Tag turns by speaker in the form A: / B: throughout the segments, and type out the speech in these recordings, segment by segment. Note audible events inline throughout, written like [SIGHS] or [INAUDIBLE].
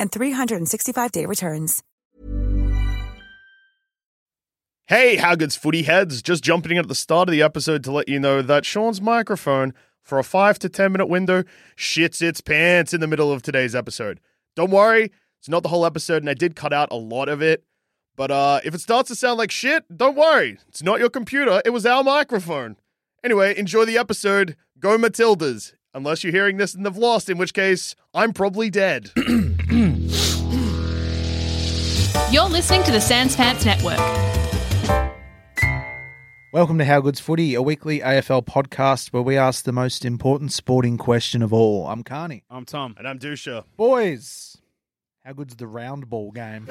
A: and 365-day returns.
B: Hey, how good's footy heads? Just jumping in at the start of the episode to let you know that Sean's microphone, for a five to ten minute window, shits its pants in the middle of today's episode. Don't worry, it's not the whole episode, and I did cut out a lot of it. But uh, if it starts to sound like shit, don't worry. It's not your computer, it was our microphone. Anyway, enjoy the episode. Go Matildas. Unless you're hearing this and they've lost, in which case, I'm probably dead.
C: You're listening to the Sans Pants Network.
D: Welcome to How Good's Footy, a weekly AFL podcast where we ask the most important sporting question of all. I'm Carney.
E: I'm Tom.
B: and I'm Dusha.
D: Boys, how good's the round ball game?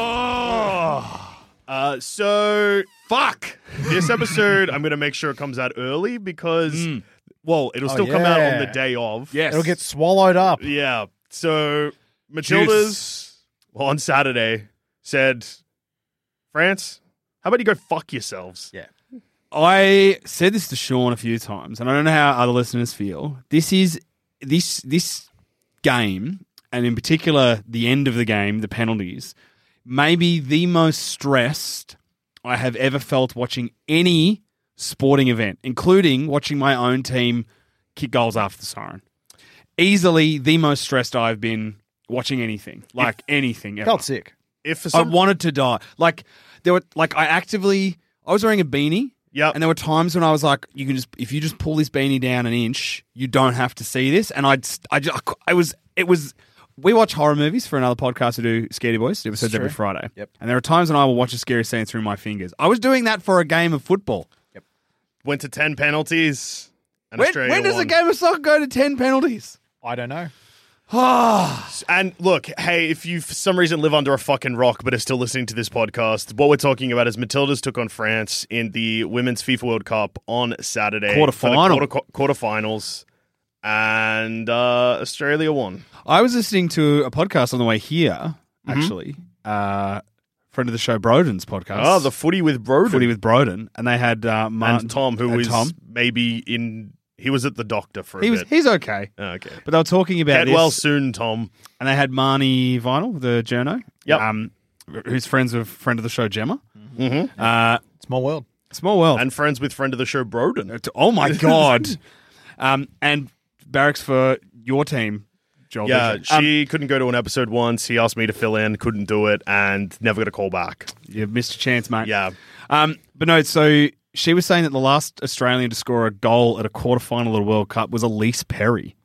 B: Oh, uh, so fuck this episode. I'm gonna make sure it comes out early because,
E: Mm.
B: well,
E: Oh,
B: it'll still come out on the
D: yeah.
B: day of.
E: Yes.
D: It'll get swallowed up.
B: yeah. So Matilda's well, on Saturday said, France, how about you go fuck yourselves?
D: Yeah.
E: I said this to Sean a few times, and I don't know how other listeners feel. This is this this game, and in particular the end of the game, the penalties, maybe the most stressed I have ever felt watching any sporting event, including watching my own team kick goals after the siren. Easily the most stressed I've been watching anything, like anything. Ever.
D: Felt sick.
B: If for
E: I
B: some,
E: wanted to die. Like there were like I actively I was wearing a beanie.
B: Yep.
E: And there were times when I was like, you can just if you just pull this beanie down an inch, you don't have to see this. And I just I just I was it was we watch horror movies for another podcast to do Scary Boys episodes every Friday.
D: Yep.
E: And there are times when I will watch a scary scene through my fingers. I was doing that for a game of football.
B: went to ten penalties. And
E: When,
B: Australia
E: when does
B: won.
E: a game of soccer go to ten penalties?
D: I don't know.
B: And look, hey, if you for some reason live under a fucking rock but are still listening to this podcast, what we're talking about is Matildas took on France in the Women's FIFA World Cup on Saturday. For
E: Quarterfinal.
B: the Quarter, quarterfinals. And uh, Australia won.
E: I was listening to a podcast on the way here,
B: Mm-hmm.
E: actually. Uh friend of the show Broden's podcast.
B: Oh, the footy with Broden.
E: footy with Broden, and they had uh, Martin
B: and Tom, who
E: and
B: was
E: Tom.
B: maybe in. He was at the doctor for a
E: He was
B: bit. Ah,
E: he's okay,
B: okay.
E: but they were talking about
B: Get
E: this,
B: well soon, Tom.
E: and they had Marnie Vinyl, the journo,
B: Yep.
E: um, who's friends with friend of the show Gemma. Mm-hmm. Uh,
D: Small world.
E: small world.
B: And friends with friend of the show, Broden. [LAUGHS]
E: oh my god! um, and barracks for your team, Joel.
B: Yeah,
E: Bishop. Um,
B: she couldn't go to an episode once. He asked me to fill in, couldn't do it, and never got a call back.
E: you missed a chance, mate.
B: Yeah.
E: Um, but no, so she was saying that the last Australian to score a goal at a quarterfinal of the World Cup was Elise Perry,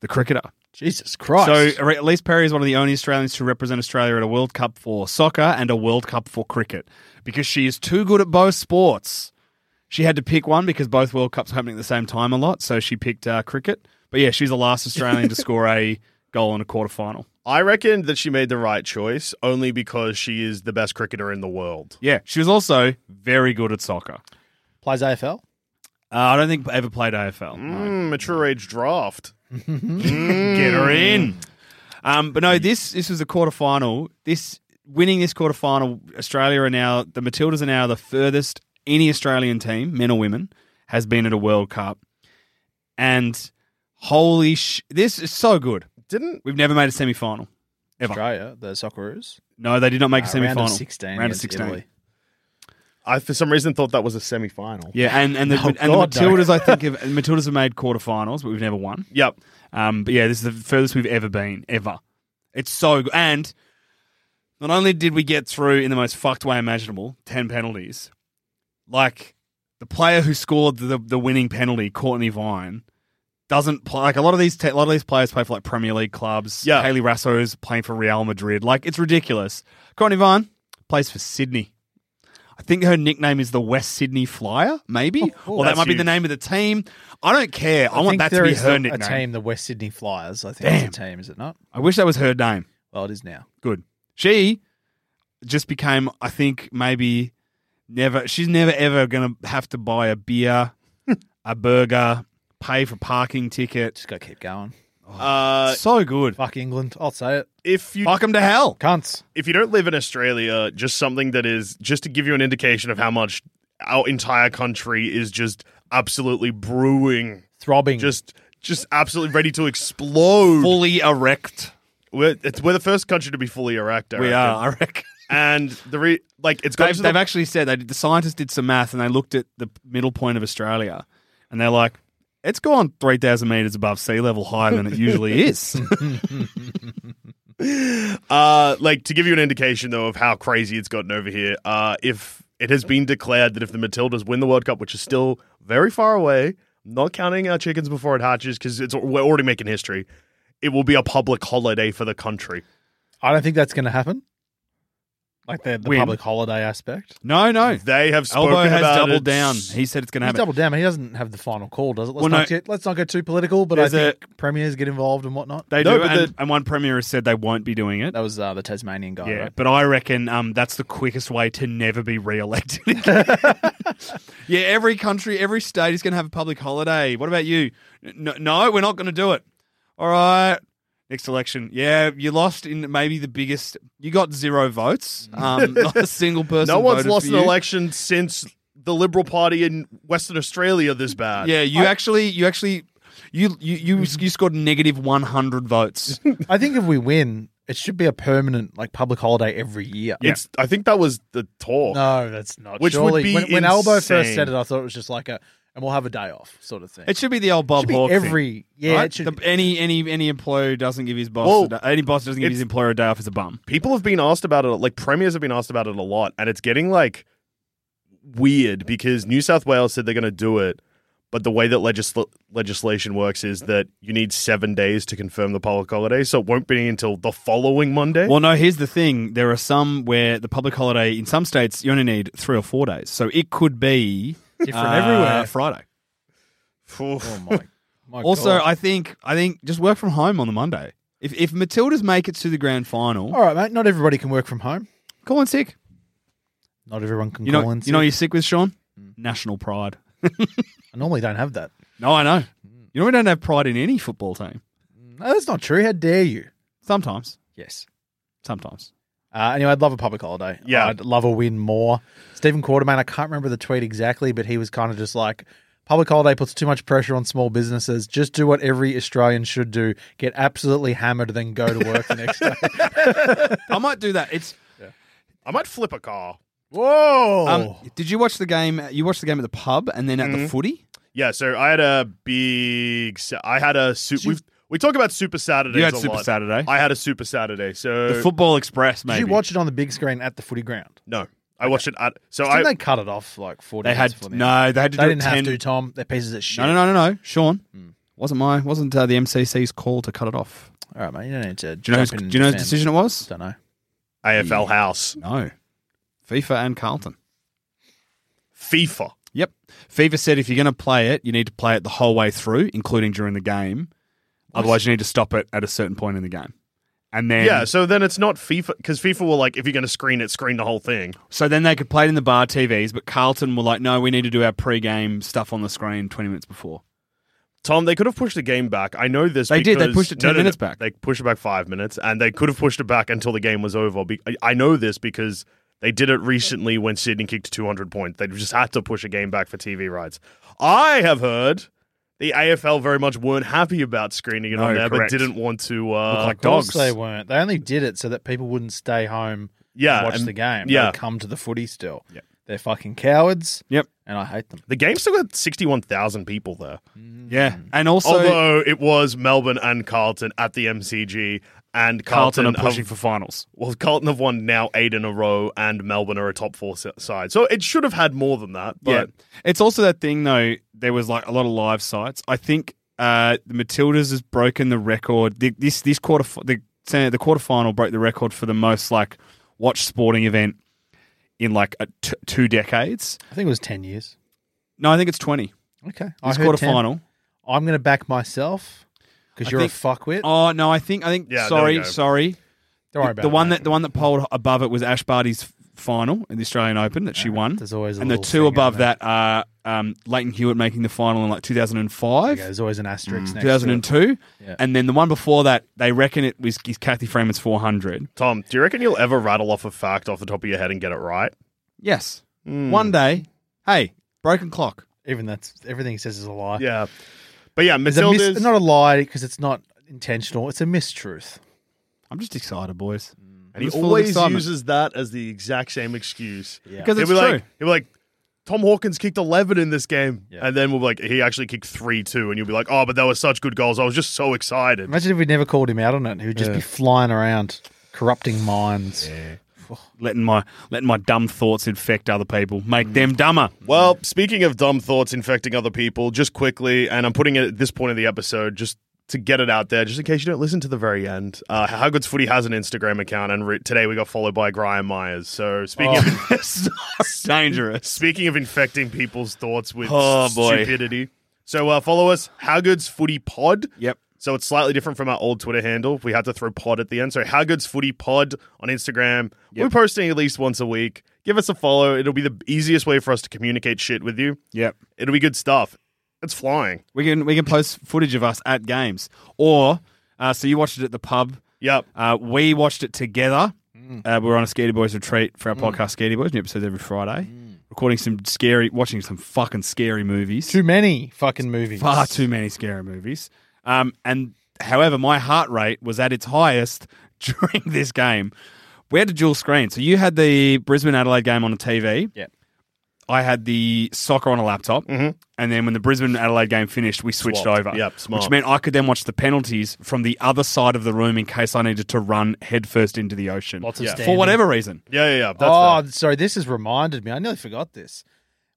E: the cricketer.
D: Jesus Christ.
E: So uh, Re- Elise Perry is one of the only Australians to represent Australia at a World Cup for soccer and a World Cup for cricket because she is too good at both sports. She had to pick one because both World Cups are happening at the same time a lot, so she picked uh, cricket. But yeah, she's the last Australian to score a goal in a quarterfinal.
B: I reckon that she made the right choice only because she is the best cricketer in the world.
E: Yeah, she was also very good at soccer.
D: plays AFL.
E: Uh, I don't think ever played AFL. no.
B: Mm, mature age draft.
E: [LAUGHS] Get her in. Um, but no, this this was the quarterfinal. This winning this quarterfinal, Australia are now the Matildas are now the furthest any Australian team, men or women, has been at a World Cup. And holy sh! This is so good.
B: Didn't
E: We've never made a semi final ever.
D: Australia, the Socceroos.
E: No, they did not make a
D: Uh,
E: semi final.
D: Round of 16.
E: Round of
D: against
E: 16.
D: Italy.
B: I for some reason thought that was a semi final?
E: Yeah, and and the,
D: [LAUGHS] Oh,
E: and
D: God,
E: the
D: no.
E: Matildas, I think, have, and Matildas have made quarterfinals, but we've never won.
B: Yep.
E: Um, but yeah, this is the furthest we've ever been, ever. It's so good. And not only did we get through in the most fucked way imaginable, 10 penalties, like the player who scored the, the winning penalty, Courtney Vine, doesn't play. Like a lot of these, te- a lot of these players play for like Premier League clubs.
B: Yeah.
E: Haley Rasso's playing for Real Madrid. Like it's ridiculous. Courtney Vine plays for Sydney. I think her nickname is the West Sydney Flyer, maybe,
D: Oh,
E: or that
B: that's
E: might be
B: huge.
E: the name of the team. I don't care. I, want
D: think
E: that to
D: there
E: be
D: is
E: her
D: a,
E: nickname.
D: A team, the West Sydney Flyers. I think it's a team, is it not?
E: I wish that was her name.
D: Well, it is now.
E: Good. She just became, I think, maybe never. She's never ever going to have to buy a beer, a burger, pay for parking ticket.
D: Just got to keep going.
E: Oh.
B: Uh,
E: so good.
D: Fuck England. I'll say it.
B: if you
E: Fuck them to hell.
D: Cunts.
B: if you don't live in Australia, just something that is just to give you an indication of how much our entire country is just absolutely brewing,
D: Throbbing.
B: just just absolutely ready to explode.
E: Fully erect.
B: we're, it's, we're the first country to be fully erect. I
E: We
B: reckon.
E: are, I reckon.
B: and the re- like it's got
E: They've,
B: to
E: they've
B: the-
E: actually said they did, the scientists did some math and they looked at the middle point of Australia and they're like, it's gone 3,000 meters above sea level higher than it usually is.
B: uh, like to give you an indication though of how crazy it's gotten over here. Uh, if it has been declared that if the Matildas win the World Cup, which is still very far away, not counting our chickens before it hatches because it's we're already making history. It will be a public holiday for the country.
D: I don't think that's going to happen. Like the, the
E: Win.
D: public holiday aspect.
E: no, no.
B: They have spoken
E: Elbow has
B: about
E: doubled
B: it.
E: down. He said it's going to
D: He's
E: happen.
D: double down. but He doesn't have the final call, does it? Let's,
E: Well,
D: not,
E: no.
D: get, let's not get too political, but I
E: There's a-
D: think premiers get involved and whatnot.
E: They
B: No,
E: do,
B: but
E: and,
B: the-
E: and one premier has said they won't be doing it.
D: That was uh, the Tasmanian guy,
E: yeah,
D: right?
E: but I reckon um, that's the quickest way to never be re-elected. again. [LAUGHS] yeah, every country, every state is going to have a public holiday. What about you? No, no we're not going to do it. All right, next election. Yeah, you lost in maybe the biggest. You got zero votes. Um, not [LAUGHS] a single person.
B: No one's
E: voted
B: lost
E: for
B: an
E: you.
B: election since the Liberal Party in Western Australia this bad.
E: Yeah, you actually, you actually, you you you, you scored negative one hundred votes.
D: I think if we win, it should be a permanent like public holiday every year.
B: It's. I think that was the talk.
D: No, that's not.
B: Which would
D: Surely-
B: be
D: when, when Elbo first
B: insane.
D: said it, I thought it was just like a, and we'll have a day off sort of thing.
E: [LAUGHS] It should be the old Bob
D: should be
E: Hawke thing.
D: every yeah.
E: Right?
D: It should.
E: The-
D: be-
E: any any any employer who doesn't give his boss
B: Well,
E: a da- any boss who doesn't give his
B: it's-
E: employer a day off is a bum.
B: people have been asked about it like premiers have been asked about it a lot and it's getting like weird because new south wales said they're going to do it but the way that legisl- legislation works is that you need seven days to confirm the public holiday so it won't be until the following monday
E: Well, no. Here's the thing: there are some where the public holiday in some states you only need three or four days, so it could be Ah, uh,
D: Different everywhere.
E: Friday.
B: [SIGHS] Oof.
D: oh my. my
E: also,
D: God.
E: I think I think just work from home on the Monday. If if Matildas make it to the grand final,
D: all right, mate. Not everybody can work from home.
E: call in sick.
D: Not everyone can
E: You
D: call
E: know,
D: in.
E: you know,
D: sick. Mm.
E: you're sick with Sean. National pride.
D: I normally don't have that.
E: No, I know. You know, we don't have pride in any football team.
D: No, that's not true. How dare you?
E: Sometimes,
D: Yes.
E: sometimes.
D: Uh, anyway, I'd love a public holiday.
B: Yeah.
D: I'd love a win more. Stephen Quartermain, I can't remember the tweet exactly, but he was kind of just like, public holiday puts too much pressure on small businesses. Just do what every Australian should do get absolutely hammered, then go to work the next
E: [LAUGHS]
D: day.
E: I might do that. It's
B: i might flip a car
D: Whoa.
E: Um, did you watch the game? uh, You watched the game at the pub and then at
D: Mm-hmm.
E: the footy.
B: yeah so i had a big sa- i had a su- we've, we talk about super saturdays
E: You had
B: a
E: Super
B: lot.
E: Saturday.
B: i had a super saturday so
E: The Football Express.
D: Uh, Did
E: Maybe
D: you watch it on the big screen at the footy ground?
B: no i watched it at so
D: Didn't
B: i
D: they cut it off like 40
E: They had
D: minutes before the end?
E: no. They had to
D: They
E: do
D: didn't
E: it 10,
D: have to, Mm. Tom. They're pieces of shit.
E: No, no, no, no, no. Sean wasn't my wasn't uh, the MCC's call to cut it off.
D: All right, mate. You don't need to.
E: Do you know? Whose,
D: jump
E: do
D: in
E: you know whose
D: defense.
E: decision it was?
D: Don't know.
B: afl house
E: No, FIFA and Carlton.
B: fifa
E: Yep. FIFA said if you're going to play it, you need to play it the whole way through, including during the game. Otherwise, you need to stop it at a certain point in the game. And then
B: yeah so then it's not fifa because fifa will like if you're going to screen it screen the whole thing
E: So then they could play it in the bar TVs, but Carlton were like, no, we need to do our pre-game stuff on the screen 20 minutes before.
B: Tom, they could have pushed the game back. I know this.
E: They did. They
B: because-
E: pushed it 10 minutes back.
B: They pushed it back five minutes, and they could have pushed it back until the game was over. Be- I- I know this because They did it recently when Sydney kicked 200 points. They just had to push a game back for TV rights. I have heard the AFL very much weren't happy about screening it
E: No,
B: on there,
E: Oh, correct.
B: but didn't want to uh,
E: Look like
D: Of course
E: dogs.
D: they weren't. They only did it so that people wouldn't stay home
B: Yeah,
D: and watch
B: and-
D: the game.
B: yeah.
D: They'd come to the footy still.
E: Yep.
D: They're fucking cowards,
E: Yep.
D: and I hate them.
B: The game still had 61,000 people there.
E: Yeah. And also,
B: Although it was Melbourne and Carlton at the MCG, and
E: Carlton
B: Carlton, um,
E: are pushing
B: have,
E: for finals.
B: well, Carlton have won now eight in a row, and Melbourne are a top four s- side. So it should have had more than that. But
E: yeah. It's also that thing, though, there was like a lot of live sites. I think uh, the Matildas has broken the record. The, this this quarter, the, the quarterfinal broke the record for the most like watched sporting event in like a t- two decades.
D: I think it was ten years.
E: No, I think it's 20.
D: Okay, I
E: This
D: heard 10.
E: quarterfinal.
D: I'm going to back myself
E: I
D: because you're
E: think-
D: a fuckwit.
E: Oh, no, I think, I think,
B: Yeah, there we
E: sorry,
B: go.
E: sorry.
D: Don't worry about
E: the
D: it,
E: one
D: mate.
E: that the one that polled above it was Ash Barty's f- final in the Australian Open that she won.
D: There's always a
E: and the
D: little
E: two
D: thing,
E: above
D: isn't there?
E: that are um, Leighton Hewitt making the final in like
D: There
E: 2005,
D: you go, There's always an asterisk. next to it.
E: 2002,
D: Yeah.
E: Mm, and then the one before that they reckon it was is Kathy Freeman's 400.
B: Tom, do you reckon you'll ever rattle off a fact off the top of your head and get it right?
E: Yes,
B: Hmm.
E: one day. Hey, broken clock.
D: Even that's everything he says is a lie.
B: Yeah. But yeah,
D: It's a
B: Matilda's.
D: mis- not a lie because it's not intentional. It's a mistruth.
E: I'm just excited, boys.
B: Hmm. and he
E: I'm full of
B: always
E: excitement.
B: uses that as the exact same excuse.
D: Yeah.
E: because
B: He'll
E: it's
B: be
E: true.
B: like, he'll be like, Tom Hawkins kicked 11 in this game.
D: Yeah.
B: And then we'll be like, he actually kicked 3 2. And you'll be like, oh, but they were such good goals. I was just so excited.
D: Imagine if we never called him out on it. He would just be flying around, corrupting minds.
E: letting my letting my dumb thoughts infect other people, make them dumber.
B: Well, speaking of dumb thoughts infecting other people, just quickly, and I'm putting it at this point of the episode just to get it out there, just in case you don't listen to the very end. Uh, How Good's Footy has an Instagram account, and re- today we got followed by Graham Myers. So speaking
E: Oh. [LAUGHS]
B: of,
E: It's
B: [LAUGHS]
E: dangerous.
B: speaking of infecting people's thoughts with
E: Oh, boy.
B: stupidity, so uh, follow us, How Good's Footy Pod.
E: Yep.
B: So it's slightly different from our old Twitter handle. We had to throw pod at the end. So How Good's Footy Pod on Instagram. We're posting at least once a week. Give us a follow. It'll be the easiest way for us to communicate shit with you.
E: Yep.
B: It'll be good stuff. It's flying.
E: We can we can post footage of us at games, or uh, so you watched it at the pub.
B: Yep.
E: Uh, we watched it together. Uh, we were on a Scaredy Boys retreat for our podcast, Scaredy Boys, new episodes every Friday. Recording some scary, watching some fucking scary movies.
D: Too many fucking movies.
E: far too many scary movies. Um, and however, my heart rate was at its highest [LAUGHS] during this game. We had a dual screen, so you had the Brisbane Adelaide game on a TV.
D: Yep.
E: I had the soccer on a laptop, and then when the Brisbane Adelaide game finished, we switched
B: Swapped.
E: over.
B: Yep, smart.
E: Which meant I could then watch the penalties from the other side of the room in case I needed to run headfirst into the ocean.
D: Lots of
B: Yeah.
D: standing.
E: for whatever reason.
B: Yeah, yeah, yeah. That's
D: oh,
B: fair.
D: sorry. This has reminded me. I nearly forgot this.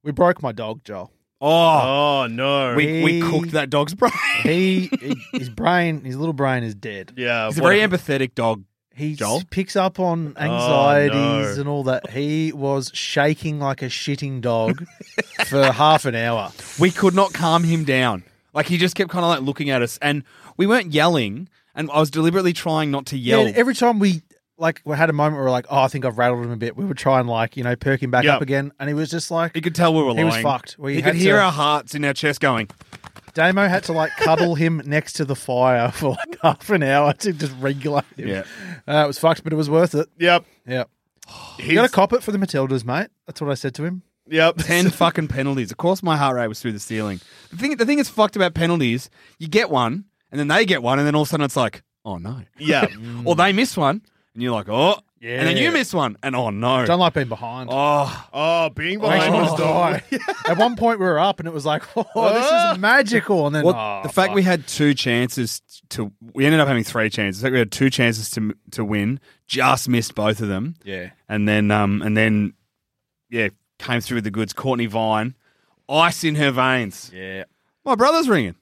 D: We broke my dog, Joel.
E: Oh,
B: Oh, no.
E: we,
D: he-
E: we cooked that dog's brain.
D: He, his brain, his little brain is dead.
B: yeah.
E: He's a
B: Uh, what
E: very empathetic dog.
D: He
E: Joel?
D: s- picks up on anxieties
B: no.
D: and all that. He was shaking like a shitting dog for half an hour.
E: we could not calm him down. Like he just kept kind of like looking at us, and we weren't yelling. And I was deliberately trying not to yell.
D: and every time we like we had a moment where we are like, oh, I think I've rattled him a bit. We would try and like you know perk him back
B: Yeah.
D: up again, and he was just like
E: you could tell we were lying.
D: He was fucked. We
E: you
D: had
E: could hear
D: to-
E: our hearts in our chest going.
D: Damo had to like cuddle him next to the fire for like half an hour to just regulate him.
E: Yeah.
D: uh, it was fucked, but it was worth it.
B: Yep.
D: Yeah, you
B: He's,
D: got to cop it for the Matildas, mate. That's what I said to him.
B: Yep.
D: [LAUGHS]
E: Ten fucking penalties. Of course, my heart rate was through the ceiling. The thing, the thing that's fucked about penalties, you get one, and then they get one, and then all of a sudden it's like, oh no,
B: [LAUGHS] yeah.
E: or they miss one, and you're like, oh, yeah, and then
D: Mm. Yeah.
E: you miss one, and oh no,
D: Don't like being behind.
E: oh,
B: Oh, being
D: Makes
B: behind
D: you
B: was
D: want to
B: dumb.
D: die. At one point, we were up, and it was like, [LAUGHS] "Oh, this is magical!" And then
E: Well,
D: oh,
E: the fact
D: fuck.
E: we had two chances to we ended up having three chances. I think we had two chances to to win, just missed both of them.
D: Yeah.
E: and then um and then yeah, came through with the goods. Courtney Vine, ice in her veins.
D: yeah.
E: My brother's ringing.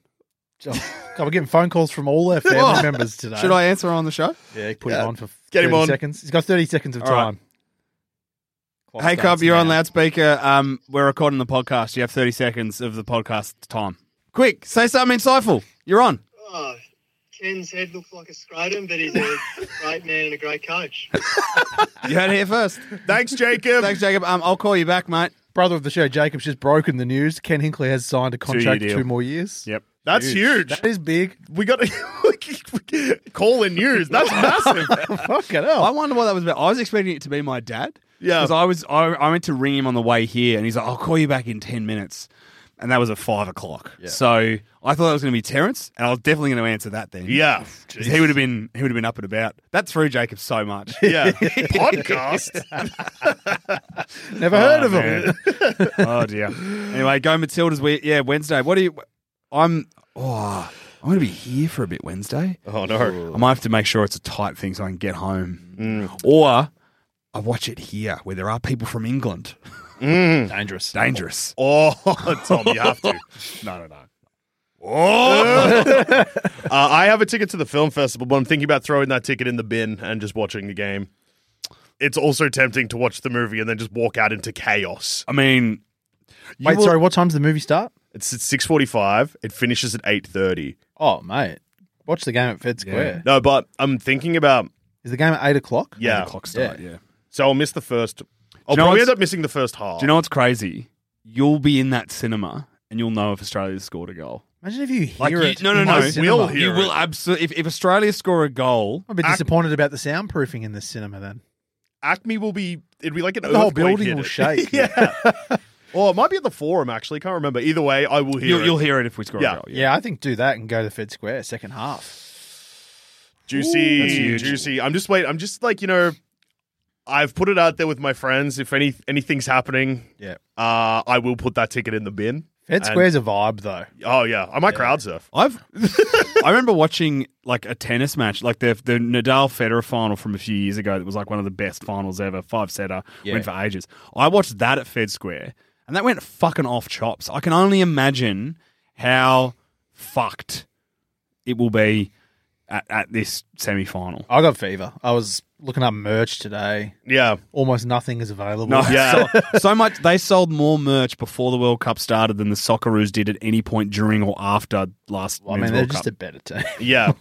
D: Oh, God, we're getting phone calls from all our family members today.
E: Should I answer on the show?
D: Yeah, put
B: Yeah.
D: him on for
B: Get
D: 30
B: him on.
D: seconds. He's got 30 seconds of
E: All right.
D: time. Clock
E: hey,
D: starts
E: Cobb, you're on
D: now.
E: loudspeaker. Um, we're recording the podcast. You have 30 seconds of the podcast time. Quick, say something insightful. You're on.
F: Oh, Ken's head looks like a scrotum, but he's a great man and a great coach.
E: You heard it
D: [LAUGHS]
E: here first.
B: Thanks, Jacob.
E: Thanks, Jacob. Um, I'll call you back, mate.
D: Brother of the show, Jacob's just broken the news. Ken Hinkley has signed a contract
E: deal.
D: two more years.
E: Yep.
B: That's huge.
D: That is big.
B: We got [LAUGHS] to call in news. That's massive.
D: Fuck it
E: I
D: up.
E: wonder what that was about. I was expecting it to be my dad.
B: Yeah.
E: Because I was I, I went to ring him on the way here, and he's like, "I'll call you back in ten minutes," and that was at five o'clock. So I thought that was going to be Terrence, and I was definitely going to answer that then.
B: Yeah.
E: 'Cause he would have been he would have been up and about. That threw Jacob so much.
B: [LAUGHS] Yeah. Podcast.
D: Never heard of him.
E: Oh,
B: [LAUGHS]
E: Man. oh dear. Anyway, go Matildas. We yeah Wednesday. What do you? I'm oh I'm going to be here for a bit Wednesday.
B: Oh, no.
E: I might have to make sure it's a tight thing so I can get home,
B: Mm.
E: or I watch it here where there are people from England.
D: Dangerous.
E: Dangerous.
B: Oh, [LAUGHS] Tom, you have to.
E: No, no, no.
B: Uh,
E: [LAUGHS]
B: I have a ticket to the film festival, but I'm thinking about throwing that ticket in the bin and just watching the game. It's also tempting to watch the movie and then just walk out into chaos.
E: I mean, you
D: Wait,
E: will-
D: sorry, what time's the movie start?
B: It's at 6:45. It finishes at 8:30.
D: Oh, mate. Watch the game at Fed Square.
B: No, but I'm thinking about
D: Is the game at 8 o'clock?
B: yeah.
E: Clock start. Yeah.
B: So I'll miss the first. I'll
E: you know
B: probably
E: what's-
B: end up missing the first half.
E: Do you know what's crazy? You'll be in that cinema and you'll know if Australia's scored a goal.
D: Imagine if you hear
E: Like, you-
D: it.
E: no, no,
D: in
E: no.
D: the
E: We'll
D: cinema.
B: hear-
E: You
B: Here
E: will
B: it-
E: absolutely. If, if Australia score a goal,
D: I'm a bit disappointed about the soundproofing in this cinema then.
B: Acme will be. It'd be like an
D: The whole
B: earthquake
D: building
B: hit
D: will
B: it. [LAUGHS]
D: shake.
E: [LAUGHS]
B: yeah. or it might be at the forum. Actually, can't remember. Either way, I will hear.
E: you'll,
B: it.
E: you'll hear it if we score
B: Yeah.
E: a goal. Yeah.
D: Yeah, I think do that and go to the Fed Square second half.
E: That's
B: Juicy,
E: huge.
B: juicy. I'm just wait. I'm just like you know. I've put it out there with my friends. If any anything's happening,
D: Yeah.
B: uh, I will put that ticket in the bin.
D: Fed Square's a vibe though.
B: Oh yeah, I might crowd surf.
E: I've. [LAUGHS] I remember watching like a tennis match, like the the Nadal Federer final from a few years ago. That was like one of the best finals ever. Five setter
D: Yeah.
E: went for ages. I watched that at Fed Square, and that went fucking off chops. I can only imagine how fucked it will be at, at this
D: [LAUGHS]
E: semi final.
D: I got fever. I was looking up merch today.
B: Yeah,
D: Almost nothing is available.
E: No,
B: Yeah.
E: so, so much they sold more merch before the World Cup started than the Socceroos did at any point during or after last.
D: Well, I
E: men's
D: mean, they're
E: World
D: just
E: Cup.
D: a better
E: [LAUGHS]
D: team.
B: yeah.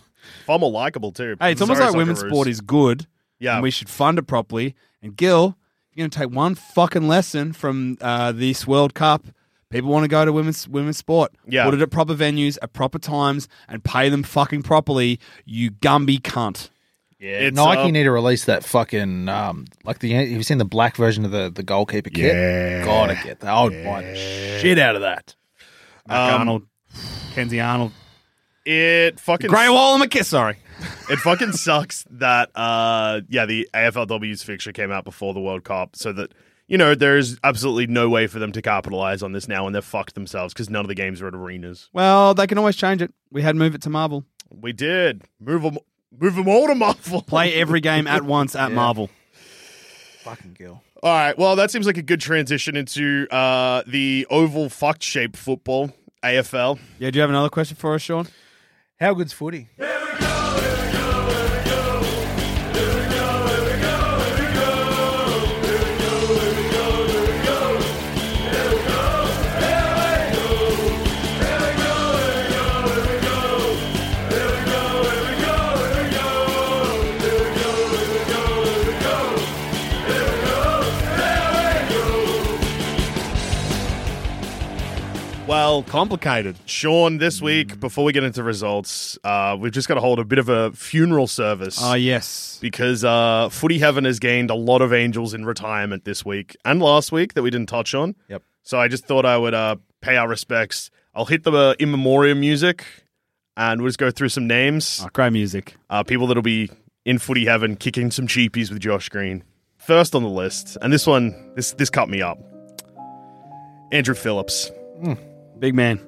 B: Far more likable too.
E: hey, it's almost
B: Sorry,
E: like women's
B: Socceroos.
E: sport is good.
B: Yeah.
E: and we should fund it properly. And Gil, if you're going to take one fucking lesson from uh, this World Cup. People want to go to women's women's sport.
B: Yeah.
E: put it at proper venues at proper times and pay them fucking properly. You Gumby cunt.
D: Yeah,
B: It's,
D: Nike
B: uh,
D: need to release that fucking um, like the have you seen the black version of the the goalkeeper kit?
E: Yeah.
D: gotta get that. I would buy the shit out of that.
B: Um,
E: Mark Arnold, Kenzie Arnold,
B: It fucking
E: Gray Wall and McKiss. Sorry,
B: it fucking sucks that uh yeah the AFLW's fixture came out before the World Cup, so that you know there is absolutely no way for them to capitalize on this now, and they're fucked themselves because none of the games are at arenas.
E: Well, they can always change it. We had move it to Marvel.
B: We did move them, move them all to Marvel. [LAUGHS]
E: Play every game at once at Marvel.
D: Fucking Gil.
B: All right. Well, that seems like a good transition into uh, the oval fucked shape football, AFL.
E: Yeah, do you have another question for us, Sean?
D: How good's footy?
B: Well,
E: Complicated.
B: Sean, this week, before we get into results, uh, we've just got to hold a bit of a funeral service.
E: Oh, yes.
B: because uh, footy heaven has gained a lot of angels in retirement this week and last week that we didn't touch on.
D: Yep.
B: So I just thought I would uh, pay our respects. I'll hit the uh, in memoriam music, and we'll just go through some names,
E: Oh, great music.
B: uh, people that'll be in footy heaven kicking some cheapies with Josh Green. First on the list, and this one, this this cut me up. Andrew Phillips.
E: Big man.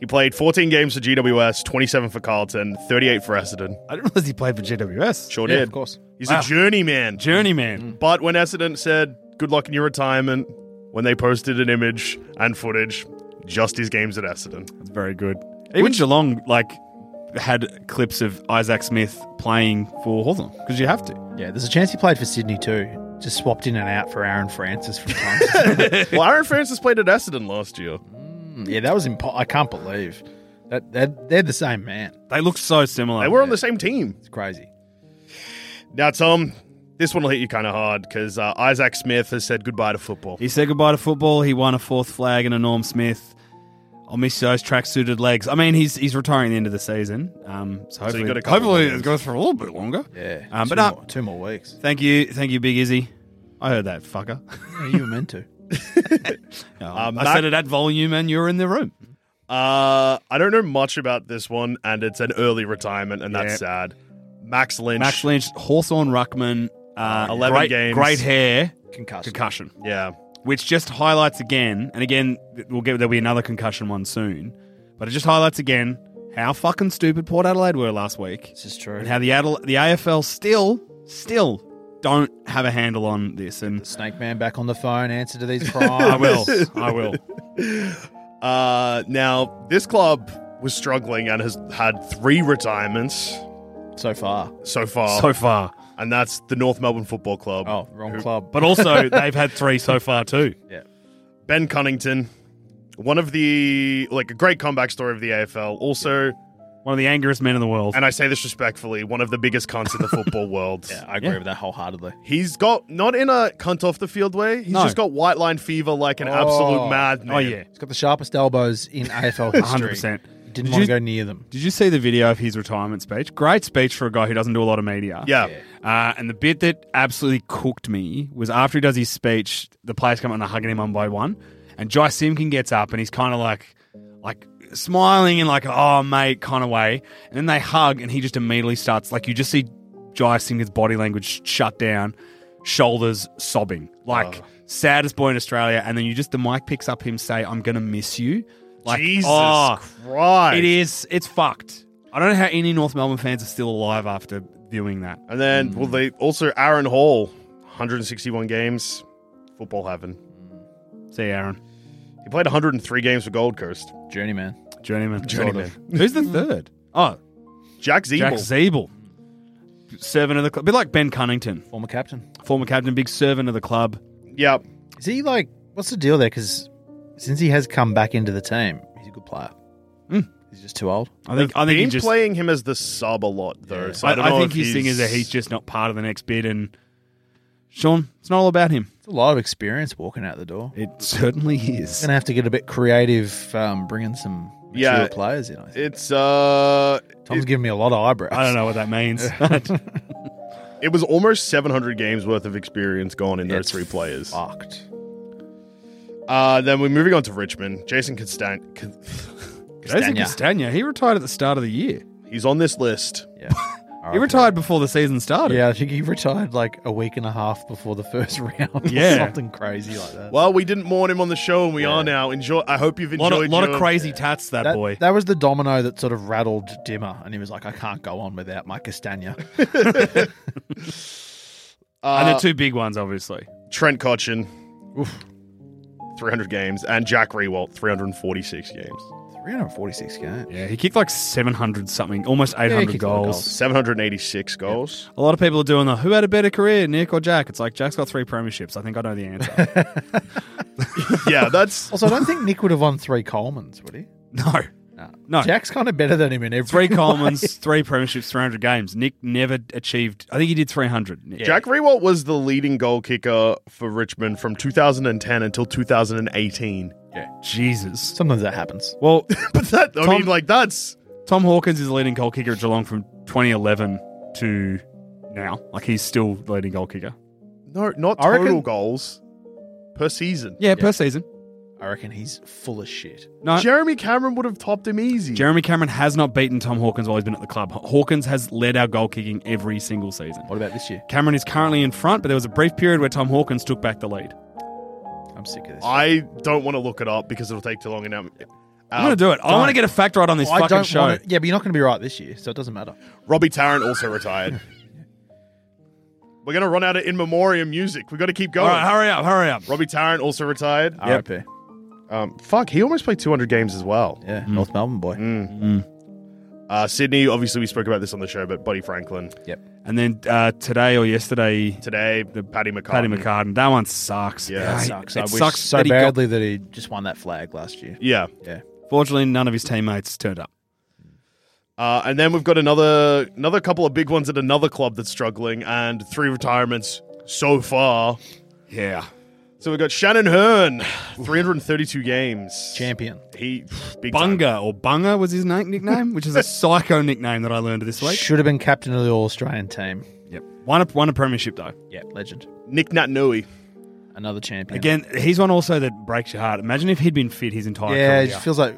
B: He played 14 games for GWS, 27 for Carlton, 38 for Essendon.
E: I didn't realize he played for GWS.
B: Sure
D: Yeah,
B: did.
D: of course.
B: He's
E: Wow.
B: a journeyman.
E: Journeyman.
B: But when Essendon said, good luck in your retirement, when they posted an image and footage, just his games at
D: [LAUGHS]
B: Essendon.
E: That's very good. Even Geelong, like, had clips of Isaac Smith playing for Hawthorn because you have to.
D: Yeah, there's a chance he played for Sydney too. Just swapped in and out for Aaron Francis from time to time.
B: well, Aaron Francis played at Essendon last year.
D: yeah, that was impo- I can't believe that they're, they're the same man.
E: They look so similar.
B: They
D: Oh,
B: were on the same team.
D: It's crazy.
B: Now, Tom, this one will hit you kind of hard because uh, Isaac Smith has said goodbye to football.
E: He said goodbye to football. He won a fourth flag and a Norm Smith. I'll miss those tracksuited legs. I mean, he's he's retiring at the end of the season. Um, so hopefully,
B: got a couple
E: hopefully
B: more
E: it goes for a little bit longer.
D: Yeah,
E: Um, but
D: two
E: uh,
D: more, two more weeks.
E: thank you, thank you, Big Izzy. I heard that, fucker.
D: Yeah, you were meant to.
E: No,
B: Um,
E: I
B: Mac-
E: said it at volume and you were in the room.
B: Uh, I don't know much about this one, and it's an early retirement, and that's sad. Max Lynch.
E: Max Lynch, Hawthorne Ruckman, uh,
B: 11
E: great,
B: games.
E: Great hair,
D: Concussion.
E: concussion.
B: Yeah.
E: which just highlights again, and again, th- we'll get there'll be another concussion one soon, but it just highlights again how fucking stupid Port Adelaide were last week,
D: This is true.
E: and how the Adel- the AFL still still don't have a handle on this. And
D: Snake man back on the phone. Answer to these crimes.
E: I will, I will.
B: Uh, now this club was struggling and has had three retirements
D: so far.
B: so far,
E: So far,
B: and that's the North Melbourne Football Club.
D: Oh, wrong club.
E: but also they've had three so far too.
D: yeah.
B: Ben Cunnington, one of the like a great comeback story of the AFL. Also,
E: One of the angriest men in the world.
B: and I say this respectfully, one of the biggest cunts in the football [LAUGHS] world.
D: Yeah, I agree with that wholeheartedly.
B: He's got not in a cunt off the field way. He's
E: No.
B: just got white line fever like an
D: Oh.
B: absolute madman.
E: oh yeah,
D: He's got the sharpest elbows in AFL
E: [LAUGHS]
D: history.
E: hundred percent.
D: Didn't
E: Did
D: want
E: you-
D: to go near them.
E: Did you see the video of his retirement speech? Great speech for a guy who doesn't do a lot of media.
B: Yeah.
E: Uh, and the bit that absolutely cooked me was after he does his speech, the players come out and are hugging him one by one, and Jai Simkin gets up and he's kind of like, like smiling and like, oh mate, kind of way. And then they hug, and he just immediately starts like you just see Jai Simkin's body language shut down, shoulders sobbing,
B: Oh.
E: like saddest boy in Australia. And then you just the mic picks up him say, "I'm gonna miss you." Like,
B: Jesus
E: oh,
B: Christ.
E: it is. It's fucked. I don't know how any North Melbourne fans are still alive after viewing that.
B: And then, well, they also Aaron Hall, 161 games, football heaven.
E: See, you, Aaron,
B: He played 103 games for Gold Coast.
D: Journeyman.
E: journeyman,
B: Journeyman.
E: Sort of. [LAUGHS] Who's the third? Oh,
B: Jack Zeeble.
E: Jack Zeeble, servant of the club. A bit like Ben Cunnington,
D: Former captain.
E: former captain, big servant of the club.
B: yep.
D: Is he like, what's the deal there? Because since he has come back into the team, he's a good player.
E: Hmm.
D: He's just too old.
E: I think. I think he
B: Been
E: just.
B: playing him as the sub a lot though. So I,
E: I,
B: don't
E: I
B: know
E: think
B: if
E: his thing is that he's just not part of the next bid. And Sean, it's not all about him.
D: It's a lot of experience walking out the door.
E: It certainly
D: He's
E: is.
D: going to have to get a bit creative um, bringing some mature
B: Yeah.
D: players in. I think.
B: It's uh,
D: Tom's giving me a lot of eyebrows.
E: I don't know what that means. [LAUGHS]
B: it was almost 700 games worth of experience gone in those
D: It's
B: three players.
D: Fucked.
E: [LAUGHS]
B: Uh, then we're moving on to Richmond. Jason Constant, Con-
E: Jason
D: Castagna.
E: Castagna, he retired at the start of the year.
B: he's on this list.
D: Yeah.
E: He retired before the season started.
D: Yeah, I think he retired like a week and a half before the first [LAUGHS] round. or
E: Yeah.
D: something crazy like that.
B: Well, we didn't mourn him on the show, and we are now. Enjoy. I hope you've
E: A lot
B: enjoyed.
E: of, lot of
B: your-
E: crazy tats, that,
D: that,
E: boy.
D: that was the domino that sort of rattled Dimmer, and he was like, "I can't go on without my Castagna." [LAUGHS]
E: and
B: Uh,
E: the two big ones, obviously.
B: Trent Cotchin, 300 games, and Jack Rewalt, 346 games,
D: 346 games.
E: Yeah, he kicked like 700 something, almost 800
D: kicked a lot of
E: goals.
D: goals.
B: 786
E: [LAUGHS]
B: goals.
E: A lot of people are doing the who had a better career, Nick or Jack? It's like Jack's got three premierships. I think I know the answer.
B: yeah, that's
D: Also, I don't think Nick would have won three Colemans, would he?
E: no.
D: [LAUGHS]
E: No.
D: Jack's kind of better than him in every
E: Three
D: way.
E: Colemans, three premierships, 300 games. Nick never achieved, I think he did 300. Nick.
B: Jack Rewalt was the leading goal kicker for Richmond from 2010 until 2018.
E: Jesus.
D: [LAUGHS] Sometimes that happens.
E: Well,
B: [LAUGHS]
E: [LAUGHS]
B: But that, I
E: Tom-
B: mean, like that's
E: Tom Hawkins is the leading goal kicker at Geelong from 2011 to now. Like, he's still the leading goal kicker.
B: no, not
D: I
B: total
D: reckon-
B: goals per season.
E: Yeah, per season.
D: I reckon he's full of shit.
E: No.
B: Jeremy Cameron would have topped him easy.
E: Jeremy Cameron has not beaten Tom Hawkins while he's been at the club. Haw- Hawkins has led our goal kicking every single season.
D: What about this year?
E: Cameron is currently in front, but there was a brief period where Tom Hawkins took back the lead.
D: I'm sick of this.
B: I don't want to look it up because it'll take too long. And um,
E: I'm going to do it. I want to get a fact right on this
D: I
E: fucking
D: don't
E: show.
D: wanna- yeah, but you're not going to be right this year, so it doesn't matter.
B: Robbie Tarrant also
E: [LAUGHS]
B: retired. We're gonna run out of in memoriam music. We got to keep
E: All
B: going.
E: right, hurry up, hurry up.
B: Robbie Tarrant also retired.
D: RIP.
B: Um, fuck, he almost played 200 games as well.
D: Yeah,
E: Mm.
D: North Melbourne boy.
B: Uh, Sydney, obviously, we spoke about this on the show, but Buddy Franklin
D: Yep.
E: And then uh, today or yesterday,
B: today, the Paddy McCartan.
E: Paddy McCartan. That one sucks.
B: Yeah. That
E: I-
D: Sucks.
E: It
D: I wish
E: sucks
D: so
E: that he got-
D: badly that he just won that flag last year.
B: Yeah.
D: Yeah.
E: fortunately, none of his teammates turned up.
B: Uh, and then we've got another another couple of big ones at another club that's struggling, and three retirements so far.
E: Yeah.
B: So we've got Shannon Hearn, 332 games.
D: Champion.
B: He, big time.
E: Bunga or
D: [LAUGHS]
E: Bunga was his name, nickname, which is a psycho nickname that I learned this week.
D: Should have been captain of the All Australian team.
E: Yep. Won a, won a premiership, though.
D: Yeah, legend.
B: Nick Natnui.
D: Oh, Another champion.
E: Again, he's one also that breaks your heart. Imagine if he'd been fit his entire
D: yeah, it
E: career.
D: feels like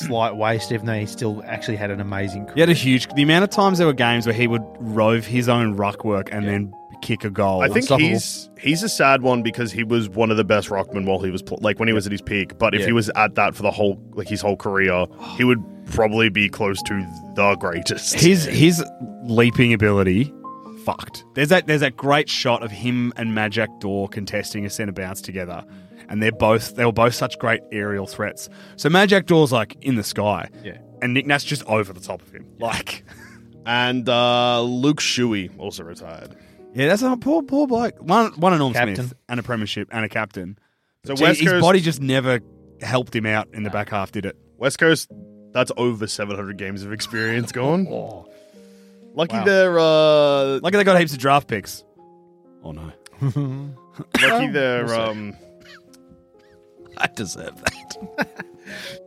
D: slight waste, even though he still actually had an amazing career.
E: He had a huge. The amount of times there were games where he would rove his own ruck work and then kick a goal.
B: I think
D: unstoppable.
B: he's he's a sad one because he was one of the best rockmen while he was pl- like when he was at his peak. But if
D: Yeah.
B: he was at that for the whole like his whole career, he would probably be close to the greatest.
E: his his leaping ability fucked. There's that there's that great shot of him and Magic Door contesting a centre bounce together. And they're both they were both such great aerial threats. So Magic Door's like in the sky.
D: Yeah.
E: And Nick Nat's just over the top of him. Like [LAUGHS]
B: and uh, Luke Shuey also retired.
E: Yeah, that's a poor poor bloke. One one an Norm
D: Captain.
E: Smith and a premiership and a captain.
B: So
E: Gee,
B: West
E: his
B: Coast,
E: body just never helped him out in the back half, did it?
B: West Coast, that's over seven hundred games of experience gone.
D: Oh.
B: Lucky they're uh,
E: Lucky they got heaps of draft picks. Oh no.
B: lucky they're um,
E: I deserve that.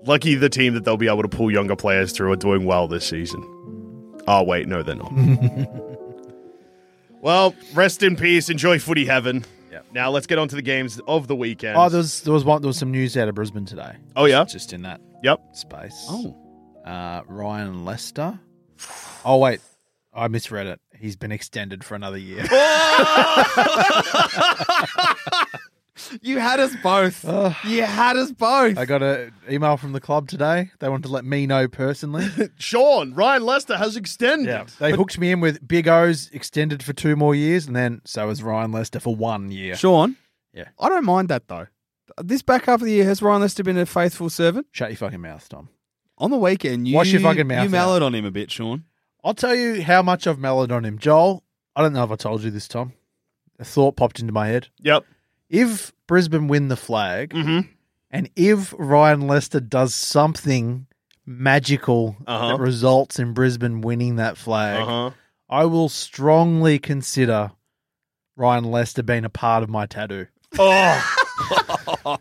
B: lucky the team that they'll be able to pull younger players through are doing well this season. Oh wait, no, they're [LAUGHS] not. well, rest in peace. Enjoy footy heaven. Now let's get on to the games of the weekend.
D: Oh, there was there was one there was some news out of Brisbane today.
B: Oh, yeah?
D: just in that
B: yep.
D: space.
E: Oh.
D: uh, Ryan Lester. Oh wait, I misread it. He's been extended for another year.
E: You had us both. you had us both.
D: I got an email from the club today. They want to let me know personally.
B: Sean Ryan Lester has extended.
D: They hooked me in with Big O's extended for two more years, and then so is Ryan Lester for one year.
E: Sean.
D: Yeah.
E: I don't mind that though. This back half of the year has Ryan Lester been a faithful servant.
D: Shut your fucking mouth, Tom.
E: On the weekend, you
D: Wash your fucking mouth
E: You
D: out.
E: mellowed on him a bit, Sean.
D: I'll tell you how much I've mellowed on him, Joel. I don't know if I told you this, Tom. A thought popped into my head.
B: Yep.
D: If Brisbane win the flag,
B: Mhm.
E: Mm-hmm.
D: and if Ryan Lester does something magical
B: Uh-huh.
D: that results in Brisbane winning that flag,
B: Uh
E: Uh-huh.
B: huh.
D: I will strongly consider Ryan Lester being a part of my tattoo.
B: Oh,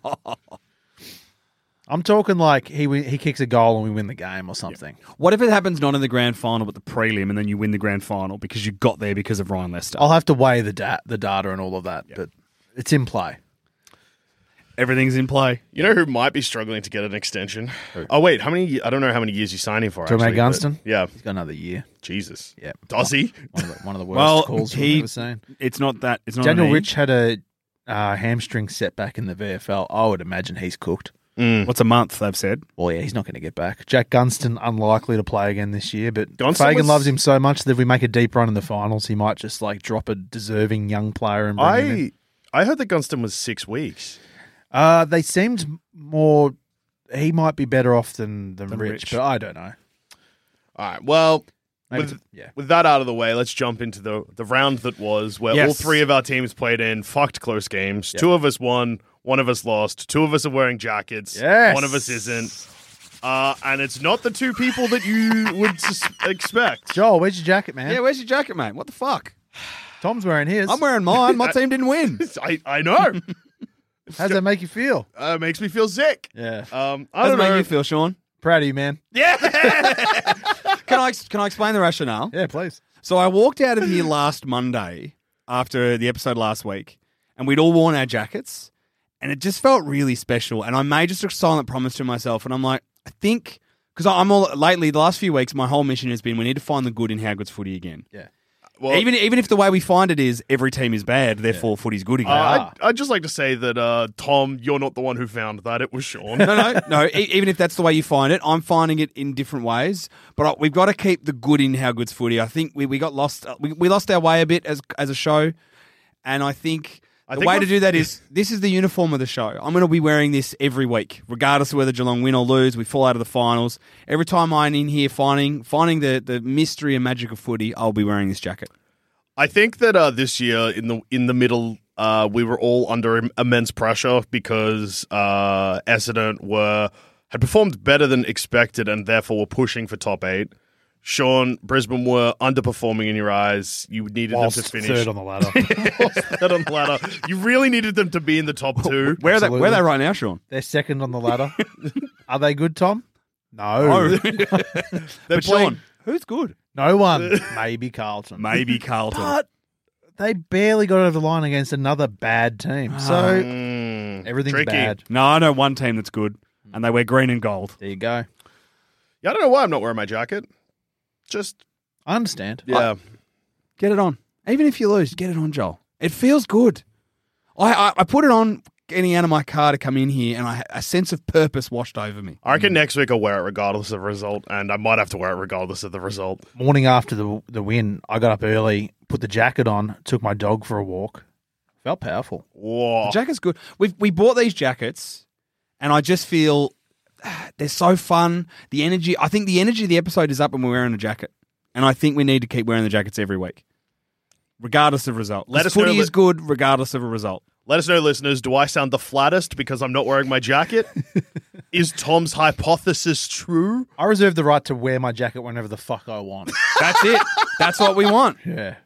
D: I'm talking like he win- he kicks a goal and we win the game or something.
E: What if it happens not in the grand final but the prelim, and then you win the grand final because you got there because of Ryan Lester?
D: I'll have to weigh the da- the data and all of that, but it's in play.
E: Everything's in play.
B: you know who might be struggling to get an extension? Oh wait, how many? I don't know how many years you sign him for.
D: Jermaine
B: actually, but-
D: Gunston?
B: Yeah.
D: He's got another year.
B: Jesus.
D: Yeah.
B: Does he?
D: One of the, one of the worst
E: Well,
D: calls
E: he-
D: we've ever seen.
E: It's not that. It's not
D: Daniel
E: an E.
D: Rich had a uh, hamstring setback in the VFL. I would imagine he's cooked.
E: What's a month? They've said.
D: Well, yeah, he's not going to get back. Jack Gunston unlikely to play again this year, but
B: Gunston
D: Fagan
B: was-
D: loves him so much that if we make a deep run in the finals, he might just like drop a deserving young player and bring him in.
B: I I heard that Gunston was six weeks.
D: Uh, they seemed more. He might be better off than than,
E: Than
D: Rich,
E: Rich.
D: but I don't know.
B: All right. Well,
D: Maybe
B: with,
D: it's- yeah.
B: with that out of the way, let's jump into the the round that was where all
E: Yes.
B: three of our teams played in fucked close games. Two of us won, one of us lost. Two of us are wearing jackets.
D: Yes.
B: One of us isn't. Uh, and it's not the two people that you would sus- expect.
D: Joel, where's your jacket, man?
E: Yeah, where's your jacket, mate? What the fuck?
D: Tom's wearing his.
E: I'm wearing
D: [LAUGHS]
E: mine. My team didn't win.
B: I, I
E: [LAUGHS]
B: know.
D: How's that make you feel?
B: uh, it makes me feel sick.
D: Yeah,
B: Um, I
E: How
B: don't
E: does it make
B: know. [LAUGHS]
E: you feel, Sean?
D: proud of you, man.
E: [LAUGHS] Can I ex- can I explain the rationale?
D: Yeah, please.
E: So I walked out of here last Monday after the episode last week, and we'd all worn our jackets, and it just felt really special. And I made just a silent promise to myself, and I'm like, I think because I'm all lately the last few weeks, my whole mission has been we need to find the good in Howgood's footy again.
D: Yeah.
B: Well-
E: even even if the way we find it is every team is bad, therefore footy's good again.
B: Uh, I'd, I'd just like to say that, uh, Tom, you're not the one who found that. It was Sean.
E: no, no, no. E- even if that's the way you find it, I'm finding it in different ways. But I, we've got to keep the good in how good's footy. I think we, we got lost. uh, We, we lost our way a bit as as a show, and I think
B: I
E: the
B: think
E: way to
B: we've-
E: do that is this is the uniform of the show. I'm going to be wearing this every week, regardless of whether Geelong win or lose. We fall out of the finals every time I'm in here finding finding the the mystery and magic of footy. I'll be wearing this jacket.
B: I think that uh, this year in the in the middle, uh, we were all under im- immense pressure because uh, Essendon were had performed better than expected and therefore were pushing for top eight. Sean, Brisbane were underperforming in your eyes. You needed them to
D: Whilst
B: finish
D: third on the ladder,
B: [LAUGHS] third on the ladder. You really needed them to be in the top two.
E: Where are they, where are they
D: Absolutely.
E: right now, Sean?
D: they're second on the ladder. Are they good, Tom? No.
E: but
D: [LAUGHS]
E: [LAUGHS]
B: playing-
E: Sean, Oh. who's good?
D: No one. Maybe Carlton.
E: Maybe Carlton.
D: But they barely got over the line against another bad team. So
B: Ah, Mm,
D: everything's
B: tricky.
D: bad.
E: no, I know one team that's good, and they wear green and gold.
D: There you go.
B: Yeah, I don't know why I'm not wearing my jacket. Just
D: I understand.
B: yeah.
E: Get it on. Even if you lose, get it on, Joel. It feels good. I, I, I put it on getting out of my car to come in here, and I a sense of purpose washed over me.
B: I reckon next week I'll wear it regardless of result, and I might have to wear it regardless of the result.
D: Morning after the the win, I got up early, put the jacket on, took my dog for a walk. Felt powerful.
B: Whoa.
E: The jacket's good. We we bought these jackets, and I just feel [SIGHS] ah, they're so fun. The energy. I think the energy of the episode is up when we're wearing a jacket, and I think we need to keep wearing the jackets every week, regardless of result.
B: Let
E: 'Cause
B: us know
E: footy
B: that-
E: is good, regardless of a result.
B: Let us know, listeners, do I sound the flattest because I'm not wearing my jacket? Is Tom's hypothesis true?
D: I reserve the right to wear my jacket whenever the fuck I
B: [LAUGHS]
D: want.
E: That's it. That's what we want.
D: yeah.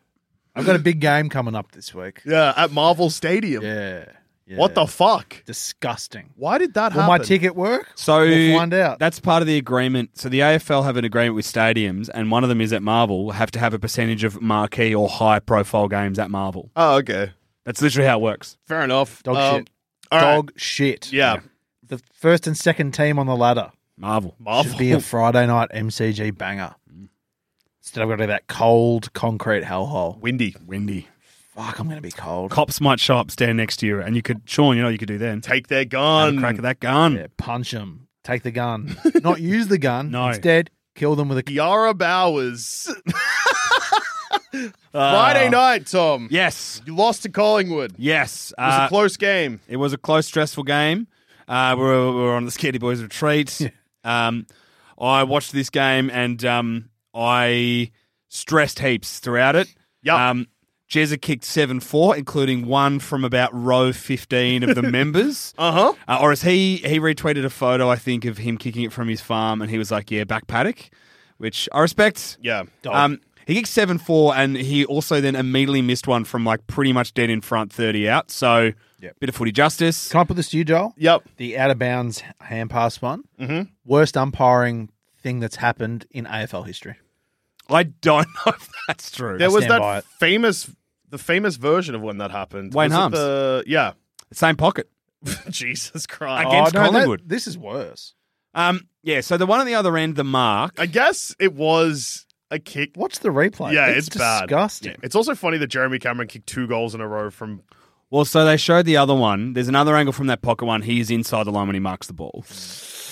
D: I've got a big game coming up this week.
B: Yeah, at Marvel Stadium.
D: Yeah. yeah.
B: What the fuck?
D: disgusting.
B: Why did that
D: Will
B: happen?
D: my ticket work?
E: So
D: We'll find out.
E: That's part of the agreement. So the AFL have an agreement with stadiums, and one of them is at Marvel have to have a percentage of marquee or high profile games at Marvel.
B: Oh, okay.
E: That's literally how it works.
B: Fair enough.
D: Dog
B: Um,
D: shit.
B: all right.
D: Dog shit.
B: Yeah.
D: The first and second team on the ladder
E: Marvel.
B: Marvel.
D: should be a Friday night MCG banger. Instead, I've got to do that cold concrete hellhole.
B: Windy.
E: Windy.
D: Fuck, I'm going to be cold.
E: Cops might show up, stand next to you, and you could, Sean, you know, what you could do then.
B: Take their
E: Have a
B: gun.
E: crack at that gun.
D: Yeah, punch them. Take the gun. [LAUGHS] Not use the gun.
E: No.
D: Instead, kill them with a.
B: Yara Bowers. [LAUGHS] Friday night, Tom.
E: Yes.
B: You lost to Collingwood. It
E: Yes.
B: was
E: Uh,
B: a close game.
E: It was a close, stressful game. Uh, we, were, we were on the Scaredy
B: [LAUGHS]
E: Boys retreat. Um, I watched this game and um, I stressed heaps throughout it.
B: Yup.
E: Um, Jezza kicked 7 4, including one from about row 15 of the
B: [LAUGHS]
E: members.
B: Uh-huh.
E: Uh, or as he, he retweeted a photo, I think, of him kicking it from his farm and he was like, yeah, back paddock, which I respect.
B: Yeah.
E: Um, he kicked seven four, and he also then immediately missed one from like pretty much dead in front, thirty out. So,
D: Yep.
E: bit of footy justice.
D: Can I put this to you, Joel?
B: Yep.
D: The out of bounds hand pass one. Mm-hmm. Worst umpiring thing that's happened in AFL history.
E: I don't [LAUGHS] know if that's true.
B: There was
D: stand by
B: that
D: it.
B: famous the famous version of when that happened.
E: Wayne
B: was it
E: Harms.
B: the- yeah. [LAUGHS]
E: Same pocket.
B: Jesus Christ.
E: Against
D: Oh, that-
E: Collingwood.
D: this is worse.
E: Um, yeah. So the one at the other end, the mark.
B: Oh, I guess it was a kick.
D: Watch the replay.
B: Yeah,
D: it's,
B: it's bad.
D: disgusting.
B: It's also funny that Jeremy Cameron kicked two goals in a row from
E: Well, so they showed the other one. There's another angle from that pocket one. He is inside the line when he marks the ball.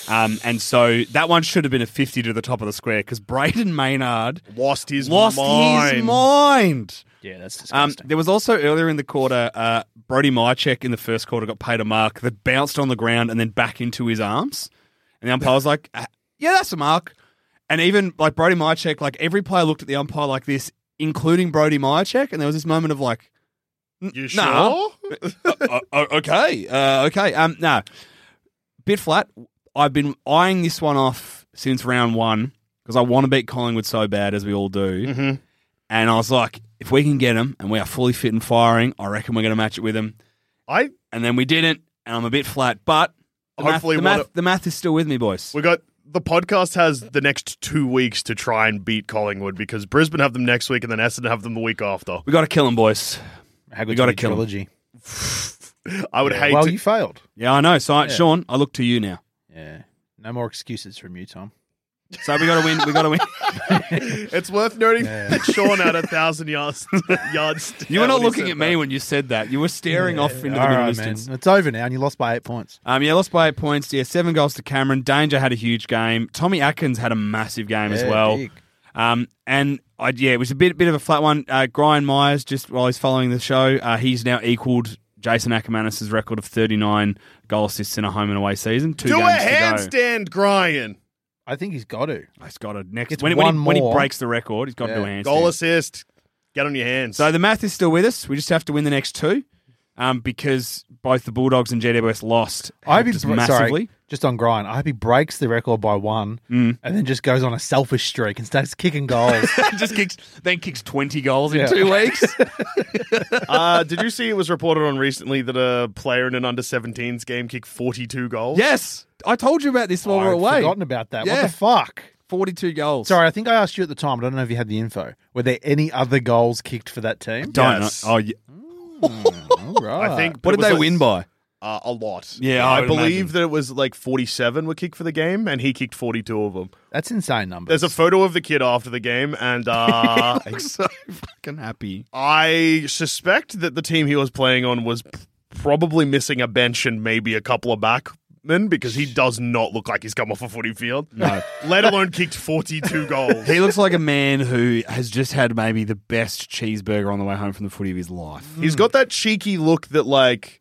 E: Um, and so that one should have been a fifty to the top of the square because Braden Maynard
B: lost his
E: lost
B: mind.
E: his mind.
D: Yeah, that's
E: Um,
D: disgusting.
E: there was also earlier in the quarter, uh, Brody Mychek in the first quarter got paid a mark that bounced on the ground and then back into his arms. And the umpire was like, "Ah, yeah, that's a mark. And even like Brody Mychek, like every player looked at the umpire like this, including Brody Mychek. And there was this moment of like, [LAUGHS]
B: You sure?
E: Nah. [LAUGHS] "O- o- okay, uh, okay. Um, no, bit flat. I've been eyeing this one off since round one because I want to beat Collingwood so bad as we all do.
B: Mhm.
E: And I was like, if we can get them and we are fully fit and firing, I reckon we're going to match it with them.
B: I
E: And then we didn't, and I'm a bit flat, but the
B: Hopefully
E: math, the,
B: one
E: math,
B: of-
E: the math is still with me, boys.
B: we got the podcast has the next two weeks to try and beat Collingwood because Brisbane have them next week and then Essendon have them the week after.
E: We got to kill them, boys.
D: How
E: we
D: good's
E: gotta
D: your
E: kill 'em.
D: trilogy?
B: I would hate
D: well,
B: to.
D: you failed.
E: Yeah, I know. So, I Sean, I look to you now.
D: Yeah. No more excuses from you, Tom.
E: So we got to win. We got to win.
B: It's worth noting that Sean
E: [LAUGHS]
B: had a thousand yards. yards
E: You were not looking at me when you said that. You were staring off into the
D: All
E: middle
D: right, man.
E: distance.
D: It's over now, and you lost by eight points.
E: Um, yeah, lost by eight points. Yeah, seven goals to Cameron. Danger had a huge game. Tommy Atkins had a massive game as
D: Yeah,
E: well.
D: big.
E: Um, and I, yeah, it was a bit bit of a flat one. Uh, Brian Myers, just while he's following the show, uh, he's now equaled Jason Ackermanis' record of 39 goal assists in a home and away season. Two
B: Do a
E: games to go.
B: handstand, Brian.
D: I think he's got to.
E: He's got a next
D: It's
E: when, when, he,
D: one
E: when he
D: more.
E: breaks the record, he's got to do a
D: Yeah.
E: handstand.
B: Goal assist. Get on your hands.
E: So the math is still with us. We just have to win the next two, um, because both the Bulldogs and GWS lost.
D: I hope he
E: Helped us
D: br-
E: massively. Mm.
D: sorry, just on grind. I hope he breaks the record by one, and then just goes on a selfish streak and starts kicking
E: [LAUGHS]
D: goals.
E: [LAUGHS] just kicks then kicks twenty goals
D: Yeah.
E: in
D: [LAUGHS]
E: two weeks.
B: [LAUGHS] uh, did you see it was reported on recently that a player in an under 17s game kicked 42 goals?
E: yes, I told you about this while we
D: I'd
E: we're away.
D: forgotten about that. What
E: Yeah.
D: the fuck?
E: Forty-two goals.
D: Sorry, I think I asked you at the time, but I don't know if you had the info. Were there any other goals kicked for that team?
E: don't.
B: Yes.
E: Oh, yeah.
D: All right.
B: I think.
E: Ah. What
B: it
E: did
B: was
E: they
B: like-
E: win [LAUGHS] by?
B: Uh, a lot.
E: Yeah, I
B: I,
E: would
B: believe
E: imagine.
B: that it was like 47 were kicked for the game, and he kicked 42 of them.
D: that's insane numbers.
B: There's a photo of the kid after the game, and
E: [LAUGHS]
B: uh,
E: I'm so fucking happy.
B: I suspect that the team he was playing on was p- probably missing a bench and maybe a couple of backmen because he does not look like he's come off a footy field,
E: No.
B: [LAUGHS] let alone kicked 42 goals.
E: He looks like a man who has just had maybe the best cheeseburger on the way home from the footy of his life.
B: [LAUGHS] He's got that cheeky look that like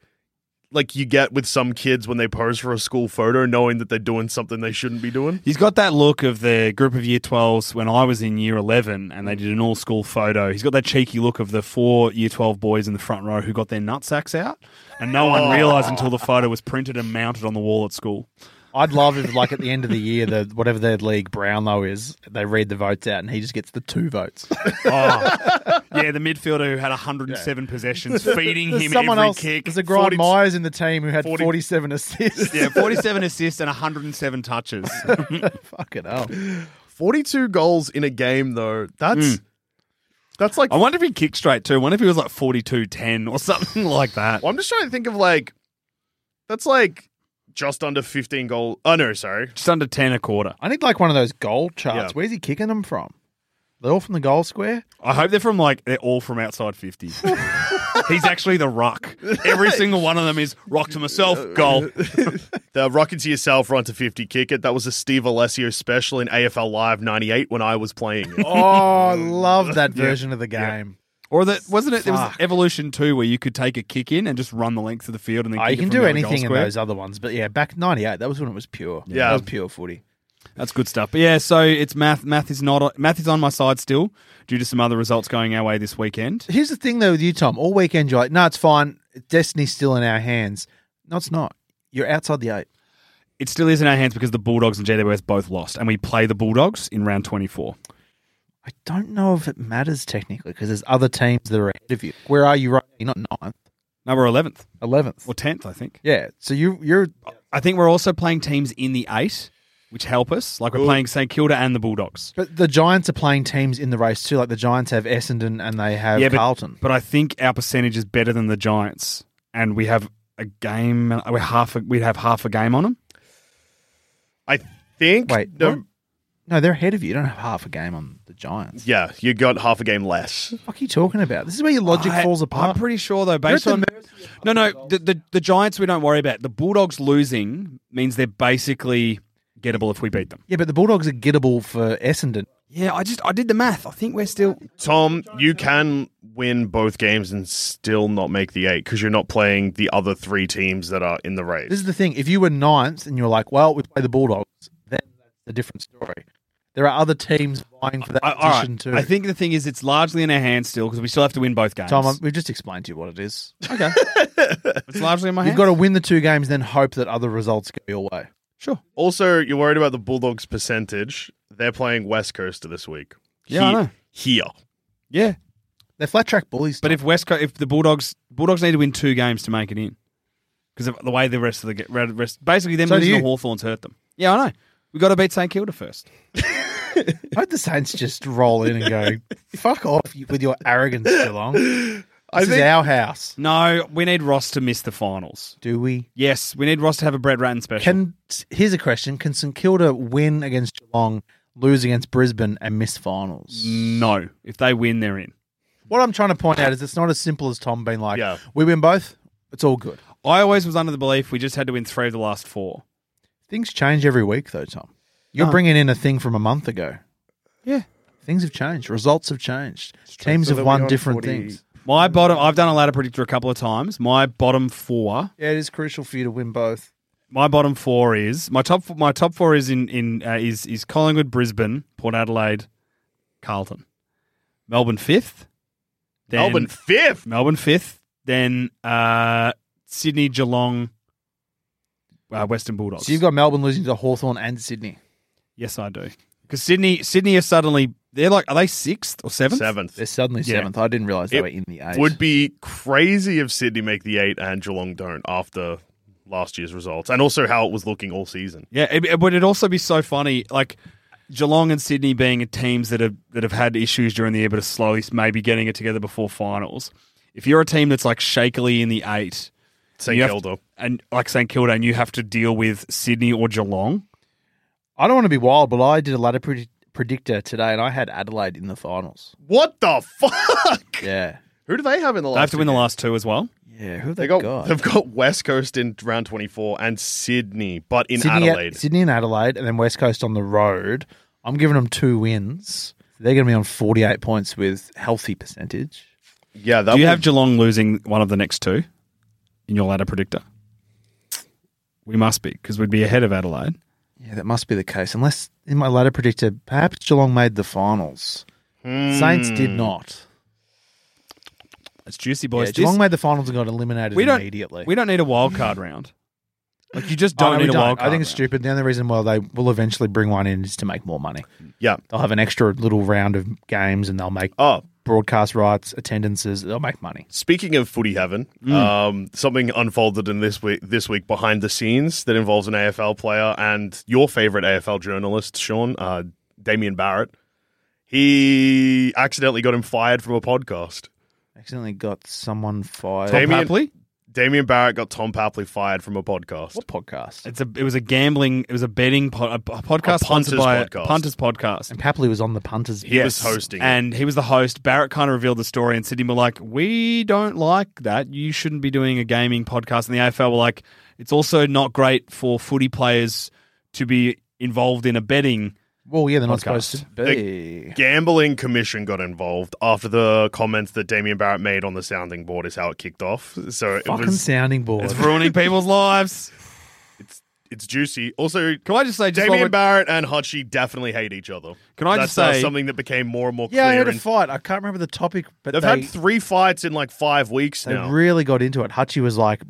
B: like you get with some kids when they pose for a school photo knowing that they're doing something they shouldn't be doing.
E: He's got that look of the group of year 12s when I was in year 11 and they did an all school photo. He's got that cheeky look of the four year 12 boys in the front row who got their nutsacks out and no one realised until the photo was printed and mounted on the wall at school.
D: I'd love if, like, at the end of the year, the whatever their league Brownlow is, they read the votes out, and he just gets the two votes.
E: Oh. [LAUGHS] Yeah, the midfielder who had 107 possessions, feeding
D: There's
E: him
D: someone
E: every
D: else.
E: kick.
D: There's a Grant
B: 40
D: Myers in the team who had
B: 40
D: 47 assists.
E: yeah, 47 assists and 107 [LAUGHS] touches.
D: [LAUGHS] Fucking hell.
B: 42 goals in a game though. That's that's like
E: Hmm. I wonder if he kicked straight too. I wonder if he was like 42 10 or something like that.
B: Well, I'm just trying to think of like that's like just under 15 goal. Oh no, sorry.
E: Just under 10 a quarter.
D: I need like one of those goal charts.
B: Yeah.
D: Where's he kicking them from? They're all from the goal
E: [LAUGHS]
D: square.
E: I hope they're from like, they're all from
D: [LAUGHS]
E: outside 50. He's actually the ruck. Every single one of them is rock to myself, goal.
B: The rocket to yourself run to 50 kick it. That was a Steve Alessio special in AFL Live 98 when I was playing it.
D: Oh, I love that version of the game.
E: Or that wasn't it? There was
D: Fuck.
E: Evolution 2 where you could take a kick in and just run the length of the field and then
D: Oh,
E: kick
D: you
E: it
D: can
E: from
D: do
E: the other goal
D: anything in
E: square.
D: those other ones, but yeah, back '98, that was when it was pure.
B: Yeah.
D: that was pure footy.
E: That's good stuff. But yeah, so it's math. Math is not math is on my side still due to some other results going our way this weekend.
D: Here's the thing, though, with you, Tom. All weekend you're like, "No, it's fine. Destiny's still in our hands." No, it's not. You're outside the eight.
E: It still is in our hands because the Bulldogs and JWS both lost, and we play the Bulldogs in round twenty four.
D: I don't know if it matters technically because there's other teams that are ahead of you. Where are you right? You're not ninth,
E: Now we're eleventh
D: eleventh.
E: or tenth, I think.
D: Yeah, so you you're
E: I think we're also playing teams in the eight, which help us. Like we're playing St Kilda and the Bulldogs.
D: But the Giants are playing teams in the race too. Like the Giants have Essendon and they have
E: Yeah, but-
D: Carlton.
E: But I think our percentage is better than the Giants, and we have a game. We're half. A, we'd have half a game on them.
B: I think
D: Wait,
B: no,
D: what? No, they're ahead of you. You don't have half a game on the Giants.
B: yeah, you got half a game less.
D: What the fuck are you talking about? This is where your logic
E: I-
D: falls
E: I'm
D: apart.
E: pretty sure though, based
D: You're
E: on
D: at
E: no, no, the, the the Giants we don't worry about. The Bulldogs losing means they're basically gettable if we beat them.
D: yeah, but the Bulldogs are gettable for Essendon.
E: Yeah, I just I did the math. I think we're still
B: Tom, you can win both games and still not make the 8 cuz you're not playing the other 3 teams that are in the race.
D: This is the thing. If you were ninth and you're like, well, we play the Bulldogs, then that's a different story. There are other teams vying for that
E: I, all right.
D: position too.
E: I think the thing is, it's largely in our hands still because we still have to win both games.
D: Tom, I'm- we've just explained to you what it is.
E: okay, [LAUGHS] it's largely in my
D: You've
E: hands.
D: got to win the two games, then hope that other results go your way.
E: sure.
B: Also, you're worried about the Bulldogs percentage. They're playing West Coast this week.
E: Yeah, I know.
B: Here.
E: Yeah,
D: They're flat track bullies.
E: but
D: Tom.
E: if West Coast, if the Bulldogs Bulldogs need to win two games to make it in because of the way the rest of the ge- rest basically them
D: So do
E: losing
D: you.
E: the Hawthorns hurt them. Yeah, I know. We got to beat St Kilda first.
D: I hope the Saints just roll in and go, fuck off you- with your arrogance, Geelong. This is our house.
E: No, we need Ross to miss the finals.
D: Do we?
E: Yes, we need Ross to have a Brett Ratton special.
D: Can here's a question: Can St Kilda win against Geelong, lose against Brisbane, and miss finals?
E: no, if they win, they're in.
D: What I'm trying to point out is it's not as simple as Tom being like,
B: Yeah.
D: "We win both, it's all good."
E: I always was under the belief we just had to win three of the last four.
D: Things change every week, though, Tom. You're
E: No.
D: bringing in a thing from a month ago.
E: Yeah.
D: Things have changed. Results have changed. Teams
B: So
D: have
B: they'll be
D: won
B: on
D: different
B: 40.
D: things.
E: My bottom, I've done a ladder predictor a couple of times. My bottom four,
D: Yeah, it is crucial for you to win both.
E: my bottom four is my top. My top four is in in uh, is is Collingwood, Brisbane, Port Adelaide, Carlton, Melbourne fifth, then
B: Melbourne 5th.
E: Melbourne fifth, then uh, Sydney, Geelong, uh, Western Bulldogs.
D: So you've got Melbourne losing to Hawthorn and Sydney.
E: yes, I do because Sydney Sydney are suddenly they're like are they sixth or seventh?
B: 7th.
D: They're suddenly
E: Yeah.
D: seventh. I didn't realize they
B: It
D: were in the eight.
B: Would be crazy if Sydney make the eight and Geelong don't after last year's results, and also how it was looking all season.
E: Yeah, it, it- but it'd also be so funny. Like Geelong and Sydney being teams that have that have had issues during the year, but are slowly maybe getting it together before finals. If you're a team that's like shakily in the eight,
B: St
E: you have-
B: Kilda.
E: and like St Kilda, and you have to deal with Sydney or Geelong,
D: I don't want to be wild, but I did a ladder predi- predictor today, and I had Adelaide in the finals.
B: What the fuck?
D: Yeah,
B: Who do they have in the last?
E: they have to
B: two
E: win the
B: games?
E: last two as well.
D: yeah. Who have
B: They
D: they,
B: got,
D: got?
B: They've got West Coast in round twenty four and Sydney, but in
D: Sydney,
B: Adelaide.
D: Sydney and Adelaide, and then West Coast on the road. I'm giving them two wins. They're going to be on 48 points with healthy percentage.
B: yeah, that
E: Do you
B: would-
E: have Geelong losing one of the next two in your ladder predictor? We must be because we'd be ahead of Adelaide.
D: Yeah, that must be the case. Unless in my ladder predictor, perhaps Geelong made the finals. Saints did
B: Hmm.
D: not.
E: It's juicy,
D: Yeah,
E: boys. This-
D: Geelong made the finals and got eliminated
E: we don't
D: immediately.
E: We don't need a wild card round. Like you just
D: Oh,
E: don't
D: no, we
E: need a wild
D: I
E: card.
D: think it's
E: round.
D: stupid. The only reason why they will eventually bring one in is to make more money.
B: yeah.
D: They'll have an extra little round of games and they'll make
B: Oh,
D: broadcast rights, attendances. They'll make money.
B: Speaking of footy heaven,
D: Mm.
B: um, something unfolded in this week this week behind the scenes that involves an AFL player and your favorite AFL journalist, Sean uh, Damien Barrett. He accidentally got him fired from a podcast.
D: Accidentally got someone fired.
B: Tom Damien-
E: Papley?
B: Damien Barrett got Tom Papley fired from a podcast.
D: What podcast?
E: It's a it was a gambling it was a betting pod, a, a podcast
B: A punters
E: sponsored by
B: podcast.
E: punters podcast.
D: And Papley was on the punters.
B: He was hosting it.
E: and he was the host. Barrett kind of revealed the story, and Sydney were like, "We don't like that. You shouldn't be doing a gaming podcast." And the AFL were like, "It's also not great for footy players to be involved in a betting."
D: Well, yeah, they're not
E: Podcast.
D: supposed to
B: The
D: be.
B: Gambling Commission got involved after the comments that Damien Barrett made on the sounding board is how it kicked off. So it
D: Fucking
B: was
D: sounding board.
E: It's ruining people's lives.
B: it's juicy. Also,
E: Can I just say, just while
B: Damien
E: we're-
B: Barrett and Hutchie definitely hate each other.
E: Can I
B: That's,
E: just say-
B: uh, something that became more and more
D: yeah, I
B: clear?
D: heard a
B: in-
D: fight. I can't remember the topic, but
B: They've
D: they,
B: had three fights in like five weeks
D: they
B: now.
D: really got into it. Hutchie was like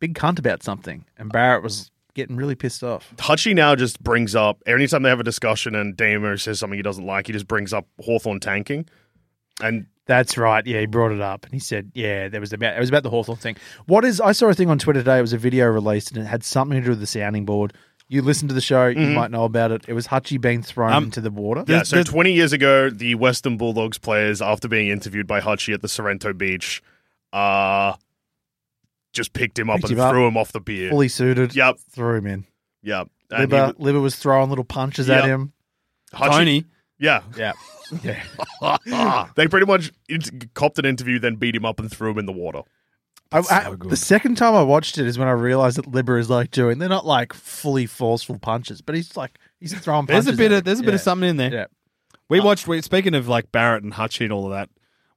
D: big cunt about something, and Barrett was getting really pissed off.
B: Hutchie now just brings up anytime they have a discussion and Damo says something he doesn't like, he just brings up Hawthorn tanking. And
D: That's right. Yeah, he brought it up and he said, "Yeah, there was about it was about the Hawthorn thing." What is? I saw a thing on Twitter today. It was a video released and it had something to do with the sounding board. You listen to the show, you might know about it. It was Hutchie being thrown
E: Mm-hmm. Um,
D: into the water.
B: yeah,
E: There's-
B: so
E: there's-
B: 20 years ago, the Western Bulldogs players, after being interviewed by Hutchie at the Sorrento Beach, uh, just picked him up
D: Picked
B: and
D: him up.
B: threw him off the pier.
D: Fully suited.
B: Yep.
D: Threw him in.
B: yeah. And he
D: Libba,
B: was-
D: Libba was throwing little punches
B: Yep.
D: at
E: [LAUGHS]
D: him.
B: Hutchie-
E: Tony,
B: Yeah. [LAUGHS] Ah.
D: Yeah. Yeah.
B: they pretty much int- copped an interview, then beat him up and threw him in the water.
D: I, I- The second time I watched it is when I realized that Libba is like doing, they're not like fully forceful punches, but he's like, he's throwing punches.
E: there's a bit
D: at
E: of there's a
D: him.
E: bit of
D: Yeah.
E: something in there.
D: Yeah.
E: We watched. We, speaking of like Barrett and Hutchie and all of that,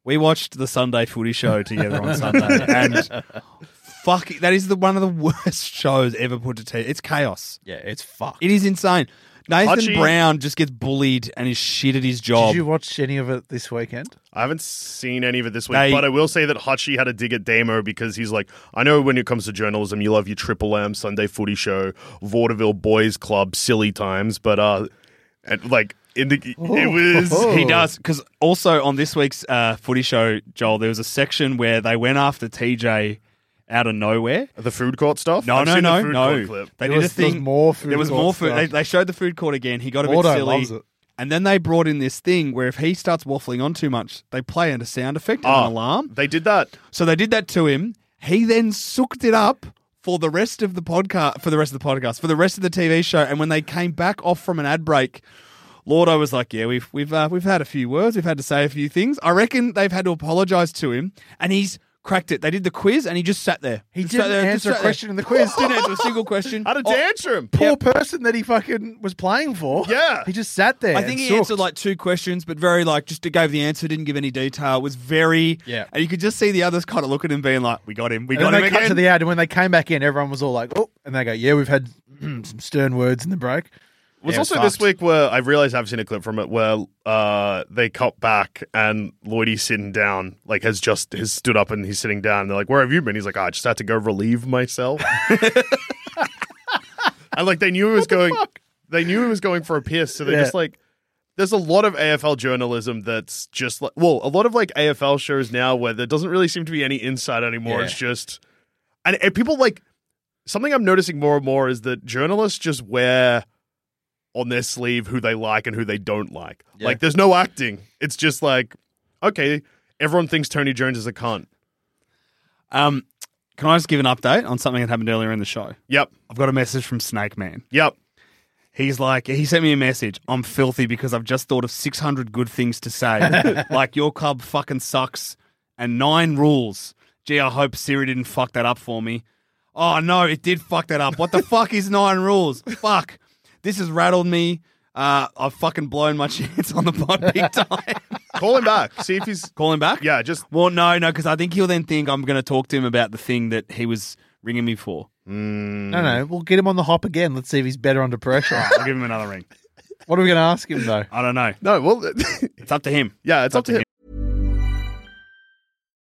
E: we watched the Sunday Footy Show together on [LAUGHS] Sunday, and fuck, that is the one of the worst [LAUGHS] shows ever put to test. It's chaos.
D: Yeah, it's fucked.
E: It is insane. Nathan
B: Hutchie-
E: Brown just gets bullied and is shit at his job.
D: Did you watch any of it this weekend?
B: I haven't seen any of it this week,
E: They-
B: but I will say that Hutchie had a dig at Damo because he's like, I know when it comes to journalism, you love your Triple M, Sunday Footy Show, Vaudeville Boys Club, silly times, but uh, and like in the, it was
E: Oh. [LAUGHS] He does because also on this week's uh, Footy Show, Joel, there was a section where they went after TJ out of nowhere.
B: the food court stuff.
E: No,
B: I've
E: no,
B: seen the
E: no,
B: food
E: no.
B: court clip.
D: There
E: They did a
D: was- there
E: thing.
D: was more food
E: There was
D: court
E: more food. They,
D: stuff.
E: they showed the food court again. He got a bit
D: Mordo
E: silly,
D: loves it.
E: and then they brought in this thing where if he starts waffling on too much, they play in a sound effect, and
B: Ah,
E: an alarm.
B: They did that.
E: So they did that to him. He then sooked it up for the rest of the podcast, for the rest of the podcast, for the rest of the TV show. And when they came back off from an ad break, Lordo was like, "Yeah, we've we've uh, we've had a few words. We've had to say a few things. I reckon they've had to apologise to him, and he's." Cracked it. They did the quiz, and he just sat there.
D: He
E: Just
D: didn't
E: sat there, just
D: answer a
E: sat there.
D: question in the quiz.
E: [LAUGHS] didn't answer a single question.
B: How did
E: Oh,
B: they answer him?
D: Poor person that he fucking was playing for.
B: Yeah.
D: He just sat there.
E: I think he answered like two questions, but very like just gave the answer, didn't give any detail. It was very
D: Yeah.
E: and you could just see the others kind of look at him, being like, "We got him, we
D: And
E: got
D: then
E: him
D: they cut to
E: again."
D: the ad, and when they came back in, everyone was all like, "Oh!" And they go, "Yeah, we've had [CLEARS THROAT] some stern words in the break."
B: It was
D: Yeah,
B: also
D: fucked.
B: this week where I realized I've seen a clip from it where uh, they cut back and Lloydie's sitting down, like has just has stood up and he's sitting down. They're like, "Where have you been?" He's like, "Oh, "I just had to go relieve
D: [LAUGHS]
B: myself." and like they knew he was going, they knew he was going for a piss, so they're
D: Yeah.
B: just like, "There's a lot of AFL journalism that's just like, well, a lot of like AFL shows now where there doesn't really seem to be any insight anymore.
D: Yeah.
B: It's just and, and people like something I'm noticing more and more is that journalists just wear on their sleeve who they like and who they don't like.
D: Yeah.
B: Like there's no acting. It's just like, okay, everyone thinks Tony Jones is a cunt.
E: Um, can I just give an update on something that happened earlier in the show?
B: Yep.
E: I've got a message from Snake Man.
B: Yep.
E: He's like, he sent me a message. I'm filthy because I've just thought of 600 good things to [LAUGHS] say. like, your club fucking sucks. And nine rules. Gee, I hope Siri didn't fuck that up for me. Oh, no, it did fuck that up. [LAUGHS] What the fuck is nine rules? Fuck. This has rattled me. Uh, I've fucking blown my [LAUGHS] chance on the pod big time. [LAUGHS]
B: Call him back. See if he's
E: Call him back?
B: yeah, just
E: Well, no, no, because I think he'll then think I'm going to talk to him about the thing that he was ringing me for. Hmm.
D: No, no, we'll get him on the hop again. Let's see if he's better under
E: [LAUGHS]
D: pressure.
E: I'll give him another ring.
D: what are we going to ask him though?
E: I don't know.
B: no, well [LAUGHS]
E: It's up to him.
B: yeah, it's up to him.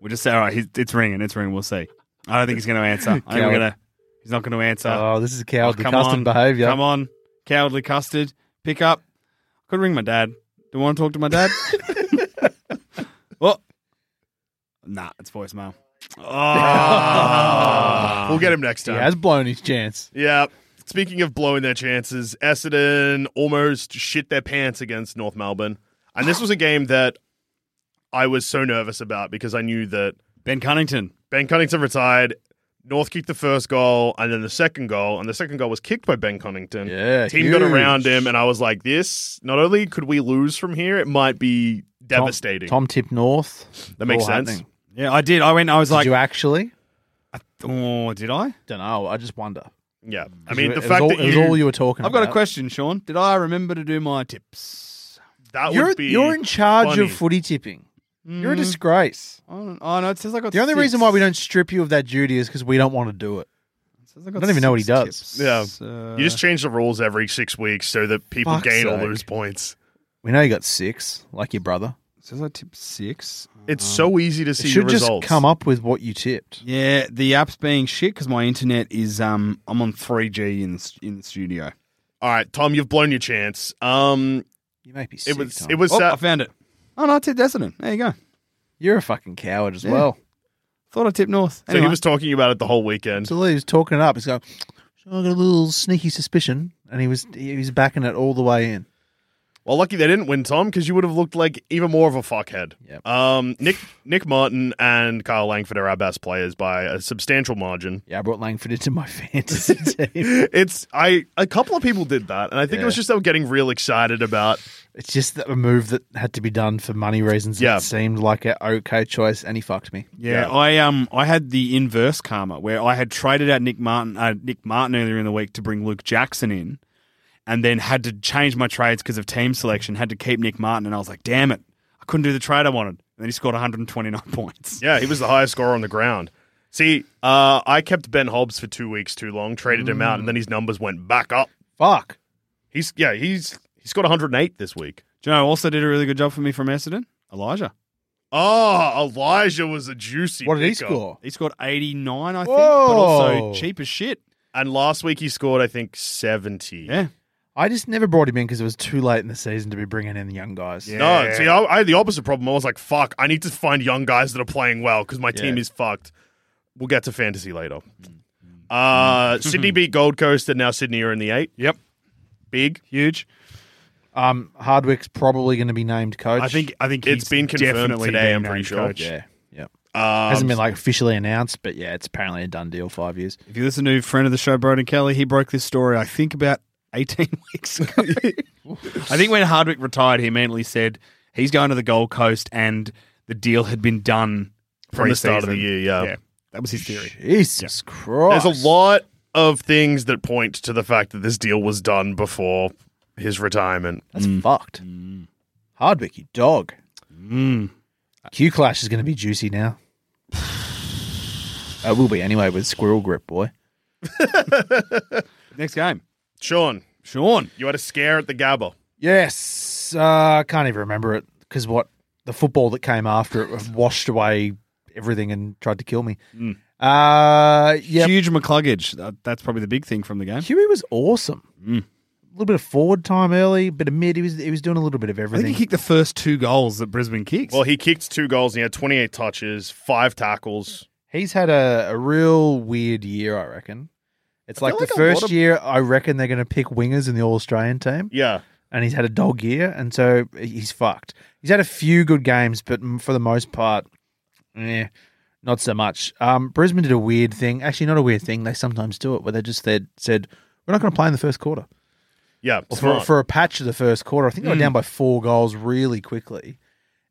E: We'll just say, all right, he's, it's ringing, it's ringing. We'll see. I don't think he's going to answer. I think we're
D: Coward.
E: going to. He's not going to answer.
D: Oh, this is a
E: Oh,
D: cowardly custom behavior.
E: Come on, cowardly custard. Pick up. Could ring my dad. Do you want to talk to
D: [LAUGHS]
E: my dad? well, nah, it's voicemail. Oh,
B: We'll get him next
D: He
B: time.
D: has blown his chance.
B: Yeah. Speaking of blowing their chances, Essendon almost shit their pants against North Melbourne. And this was a game that I was so nervous about because I knew that
E: Ben Cunnington.
B: Ben Cunnington retired. North kicked the first goal and then the second goal, and the second goal was kicked by Ben Cunnington.
D: Yeah,
B: team got
D: huge.
B: around him, and I was like, "This not only could we lose from here, it might be devastating."
D: Tom, Tom Tip North.
B: that makes
D: All
B: sense.
D: happening.
E: Yeah, I did. I went. I was
D: Did
E: like,
D: you actually?
E: oh, did I?
D: Don't know. I just wonder.
B: Yeah, I mean
D: It
B: the
D: was
B: fact
D: all,
B: that
D: it was
B: you,
D: all you were talking.
E: I've got a
D: about.
E: question, Sean. Did I remember to do my tips?
B: that
D: You're
B: would be
D: you're in charge
B: funny.
D: of footy tipping. You're
E: Hmm.
D: a disgrace.
E: I don't- Oh no, it says I got.
D: The only
E: six.
D: reason why we don't strip you of that duty is because we don't want to do it.
E: It says got
D: I don't even know what
E: six
D: he does.
E: tips.
B: Yeah.
E: Uh,
B: You just change the rules every six weeks so that people
D: Fuck's
B: gain or
D: sake.
B: lose points.
D: We know you got six, like your brother.
E: says I tipped six.
B: It's so easy to see
D: Oh. It should
B: the
D: just
B: results.
D: come up with what you tipped.
E: Yeah, the app's being shit because my internet is um I'm on 3G in the, s- in the studio.
B: All right, Tom, you've blown your chance. Um,
D: You may be sick.
B: it was
D: Tom.
B: it was
E: Oh,
B: sad-
E: I found it. Oh no, I tipped Essendon. There you go.
D: You're a fucking coward as
E: Yeah.
D: well.
E: Thought I tipped North.
B: so he was talking about it the whole weekend.
D: So he was talking it up. He's going, "So I got a little sneaky suspicion, and he was he was backing it all the way in.
B: Well, lucky they didn't win, Tom, because you would have looked like even more of a fuckhead.
D: Yep.
B: Um, Nick Nick Martin and Kyle Langford are our best players by a substantial margin.
D: Yeah, I brought Langford into
B: [LAUGHS]
D: my [LAUGHS] fantasy team.
B: It's I a couple of people did that, and I think it was
D: Yeah.
B: just they were getting real excited about.
D: It's just that a move that had to be done for money reasons.
B: Yeah.
D: It seemed like an okay choice, and he fucked me.
E: yeah,
B: Yeah.
E: I um I had the inverse karma where I had traded out Nick Martin uh, Nick Martin earlier in the week to bring Luke Jackson in, and then had to change my trades because of team selection. Had to keep Nick Martin, and I was like, damn it, I couldn't do the trade I wanted. And then he scored 129 [LAUGHS] points.
B: Yeah, he was the highest scorer on the ground. See, uh, I kept Ben Hobbs for two weeks too long, traded him out, and then his numbers went back up.
D: Fuck.
B: He's yeah, he's he's got 108 this week.
E: Do you know who also did a really good job for me from Essendon? Elijah.
B: Oh, Elijah was a juicy.
E: What did he
B: pickup.
E: score? He scored 89, I think, but also
D: Whoa.
E: cheap as shit.
B: And last week he scored, I think, 70.
E: Yeah.
D: I just never brought him in because it was too late in the season to be bringing in the young guys.
B: No, see, I, I had the opposite problem. I was like, fuck, I need to find young guys that are playing well because my team
D: Yeah.
B: is fucked. We'll get to fantasy later.
E: Mm,
B: Uh, Sydney beat Gold Coast, and now Sydney are in the eight.
E: Yep.
B: Big.
E: Huge.
D: Um, Hardwick's probably going to be named coach.
E: I think I think
B: It's
E: he's
B: been confirmed
E: definitely
B: today,
E: been
B: I'm pretty
E: named
B: sure.
E: coach.
D: Yeah. Yeah.
B: Um,
D: Hasn't been like officially announced, but yeah, it's apparently a done deal. Five years.
E: If you listen to a friend of the show, Broden Kelly, he broke this story, I think, about 18 [LAUGHS] weeks ago. I think when Hardwick retired, he mentally said he's going to the Gold Coast and the deal had been done from the
B: Pre-start of the
E: season.
B: year, yeah.
E: That was his theory.
D: Jesus Christ.
B: There's a lot of things that point to the fact that this deal was done before his retirement.
D: That's fucked. Hardwick, you dog.
E: Mm.
D: Q Clash is going to be juicy [SIGHS] now. it will be anyway with Squirrel Grip, boy.
E: Next game.
B: Sean,
E: Sean.
B: you had a scare at the Gabba.
D: Yes. Uh, I can't even remember it because what the football that came after it washed away everything and tried to kill me. Uh, yeah.
E: Huge McCluggage. That, that's probably the big thing from the game.
D: Huey was awesome.
E: Mm.
D: A little bit of forward time early, bit of mid. He was he was doing a little bit of
E: I think
D: everything.
E: he kicked the first two goals that Brisbane kicked.
B: Well, he kicked two goals and he had 28 touches, five tackles.
D: He's had a, a real weird year, I reckon. It's
B: I
D: like
B: feel
D: the
B: like a lot
D: first
B: of-
D: year I reckon they're going to pick wingers in the All Australian team,
B: Yeah.
D: and he's had a dog year, and so he's fucked. He's had a few good games, but m- for the most part, eh, not so much. Um, Brisbane did a weird thing, actually not a weird thing. They sometimes do it where they just said, said we're not going to play in the first quarter
B: Yeah.
D: for,
B: smart.
D: for a patch of the first quarter. I think they were down
B: Mm.
D: by four goals really quickly.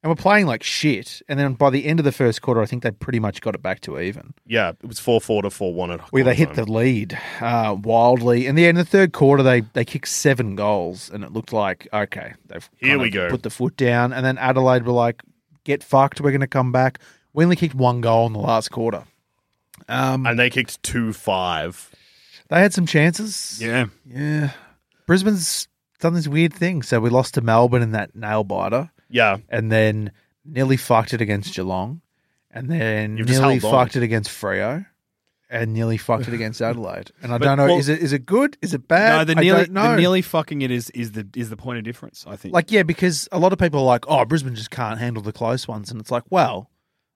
D: And we're playing like shit. And then by the end of the first quarter, I think they pretty much got it back to even.
B: yeah, it was 4 4 to 4 1 at
D: Where they hit
B: halftime.
D: the lead uh, wildly. And then in the third quarter, they, they kicked seven goals. And it looked like, okay, they've
B: Here
D: kind
B: we
D: of
B: go.
D: put the foot down. And then Adelaide were like, get fucked. We're going to come back. We only kicked one goal in the last quarter. Um,
B: And they kicked 2 5.
D: they had some chances.
E: yeah.
D: Yeah. Brisbane's done this weird thing. So we lost to Melbourne in that nail biter.
B: Yeah.
D: and then nearly fucked it against Geelong, and then
B: You've just
D: nearly
B: held on.
D: fucked it against Freo, and nearly fucked
B: [LAUGHS]
D: it against Adelaide. And I
E: But,
D: don't know
E: well-
D: is it is it good? Is it bad?
E: no, the
D: I
E: nearly,
D: don't know.
E: the nearly fucking it is is the is the point of difference. I think.
D: like yeah, because a lot of people are like, oh, Brisbane just can't handle the close ones, and it's like, well,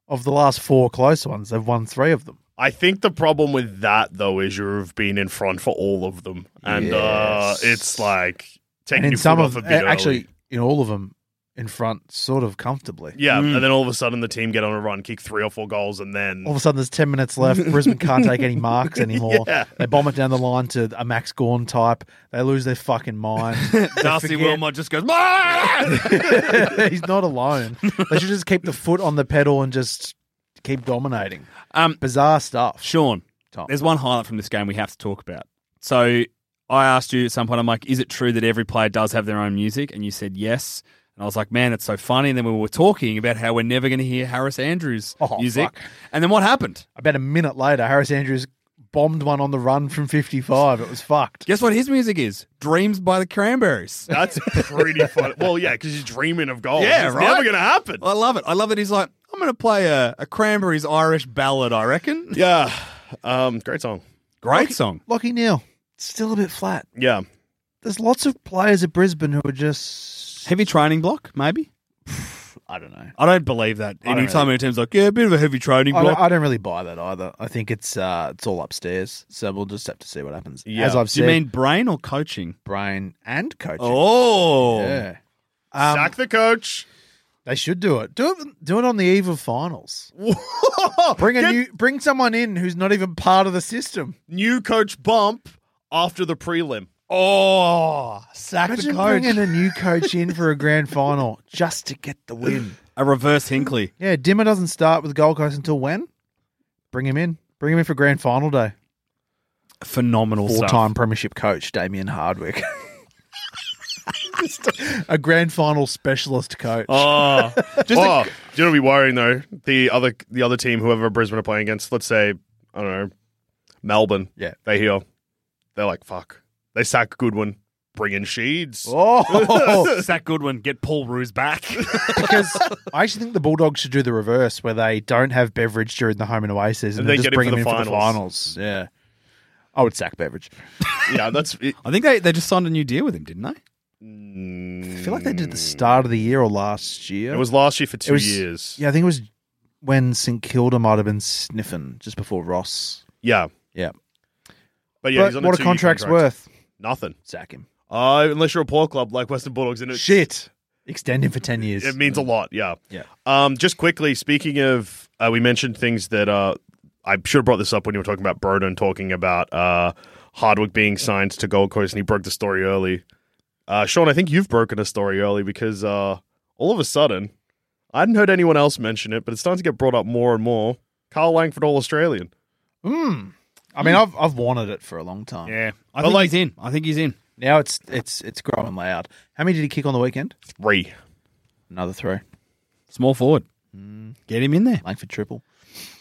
D: of the last four close ones, they've won three of them.
B: I think the problem with that, though, is you've been in front for all of them. And uh,
D: Yes.
B: it's like taking
D: and in
B: your
D: some
B: foot
D: of
B: off a
D: a-
B: bit
D: actually
B: early.
D: in all of them, in front, sort of comfortably.
B: Yeah,
E: Mm.
B: and then all of a sudden the team get on a run, kick three or four goals, and then
D: All of a sudden, there's 10 minutes left. Brisbane can't take any
E: [LAUGHS]
D: marks anymore.
B: Yeah.
D: They bomb it down the line to a Max Gorn type. They lose their fucking
E: [LAUGHS]
D: mind. They
E: Darcy
D: forget-
E: Wilmot just goes. "Ah!"
D: [LAUGHS] He's not alone. They should just keep the foot on the pedal and just keep dominating.
E: um,
D: Bizarre stuff.
E: [LAUGHS] Sean,
D: Tom.
E: there's one highlight from this game we have to talk about. So I asked you at some point, I'm like, is it true that every player does have their own music? And you said yes. And I was like, man, it's so funny. And then we were talking about how we're never going to hear Harris Andrews'
D: Oh,
E: music.
D: fuck.
E: And then what happened?
D: About a minute later, Harris Andrews bombed one on the run from 55. It was fucked.
E: Guess what his music is? Dreams by the
D: [LAUGHS]
E: Cranberries.
B: that's pretty fun. Well, yeah, because he's dreaming of goals.
E: Yeah,
B: it's
E: right?
B: never going to happen.
E: I love it. I love that he's like, I'm going to play a, a Cranberries Irish ballad, I reckon.
B: Yeah, um, great song.
E: Great song.
D: Lockie Neal, still a bit flat.
B: Yeah,
D: There's lots of players at Brisbane who are just.
E: Heavy training block, maybe?
D: I don't know.
E: I don't believe that.
D: don't
E: Anytime any team's like, yeah, a bit of a heavy training
D: I
E: block.
D: don't, I don't really buy that either. I think it's uh, it's all upstairs, so we'll just have to see what happens.
B: Yeah.
D: As I've
E: Do you
D: said,
E: mean brain or coaching?
D: brain and coaching.
E: Oh,
D: yeah. Um,
B: sack the coach.
D: They should do it. Do it. Do it on the eve of finals. Bring a
B: Get
D: new, bring someone in who's not even part of the system.
B: new coach bump after the prelim.
E: oh, sack
D: Imagine
E: the coach.
D: bringing a new coach in for a [LAUGHS] grand final just to get the win.
E: a reverse Hinkley.
D: Yeah, Dimmer doesn't start with Gold Coast until when? Bring him in. Bring him in for grand final day.
E: Phenomenal
D: Four
E: stuff. [LAUGHS]
D: time premiership coach Damien Hardwick. [LAUGHS] a grand final specialist coach. [LAUGHS]
E: Oh, just
B: oh,
E: a-
B: do you know what be worrying though? The other the other team, whoever Brisbane are playing against, let's say I don't know, Melbourne.
D: Yeah.
B: they hear, they're like fuck. They sack Goodwin. Bring in Sheeds.
D: Oh. [LAUGHS]
E: Zach Goodwin, get Paul Ruse [LAUGHS] back.
D: because I actually think the Bulldogs should do the reverse, where they don't have Beveridge during the home and away season,
B: And
D: and,
B: they
D: just
B: get him
D: bring
B: for
D: him,
B: the
D: in for the
B: finals.
D: finals. Yeah, I would sack Beveridge.
B: yeah, that's.
D: [LAUGHS]
E: I think they, they just signed a new deal with him, didn't they?
D: I feel like they did the start of the year or last year.
B: It was last year for two
D: It was-
B: years.
D: Yeah, I think it was when St Kilda might have been sniffing just before Ross.
B: Yeah.
D: Yeah,
B: But yeah,
D: But
B: he's on
D: what a
B: two-year
D: contract's
B: contract.
D: worth.
B: Nothing.
D: Sack him.
B: Uh, unless you're a poor club like Western Bulldogs, and it
D: Shit. Extend him for ten years.
B: It means a lot, yeah.
D: Yeah.
B: Um, just quickly, speaking of, uh, we mentioned things that uh, I should have brought this up when you were talking about Broden, talking about uh, Hardwick being signed to Gold Coast, and he broke the story early. Uh, Sean, I think you've broken a story early because uh, all of a sudden, I hadn't heard anyone else mention it, but it's starting to get brought up more and more. Carl Langford, all Australian.
D: Hmm. I mean, I've I've wanted it for a long time.
E: Yeah. I
D: But
E: think
D: like-
E: he's in. I think he's in.
D: Now it's it's it's growing loud. How many did he kick on the weekend?
B: Three.
D: Another three.
E: Small forward. Get him in there.
D: Langford triple.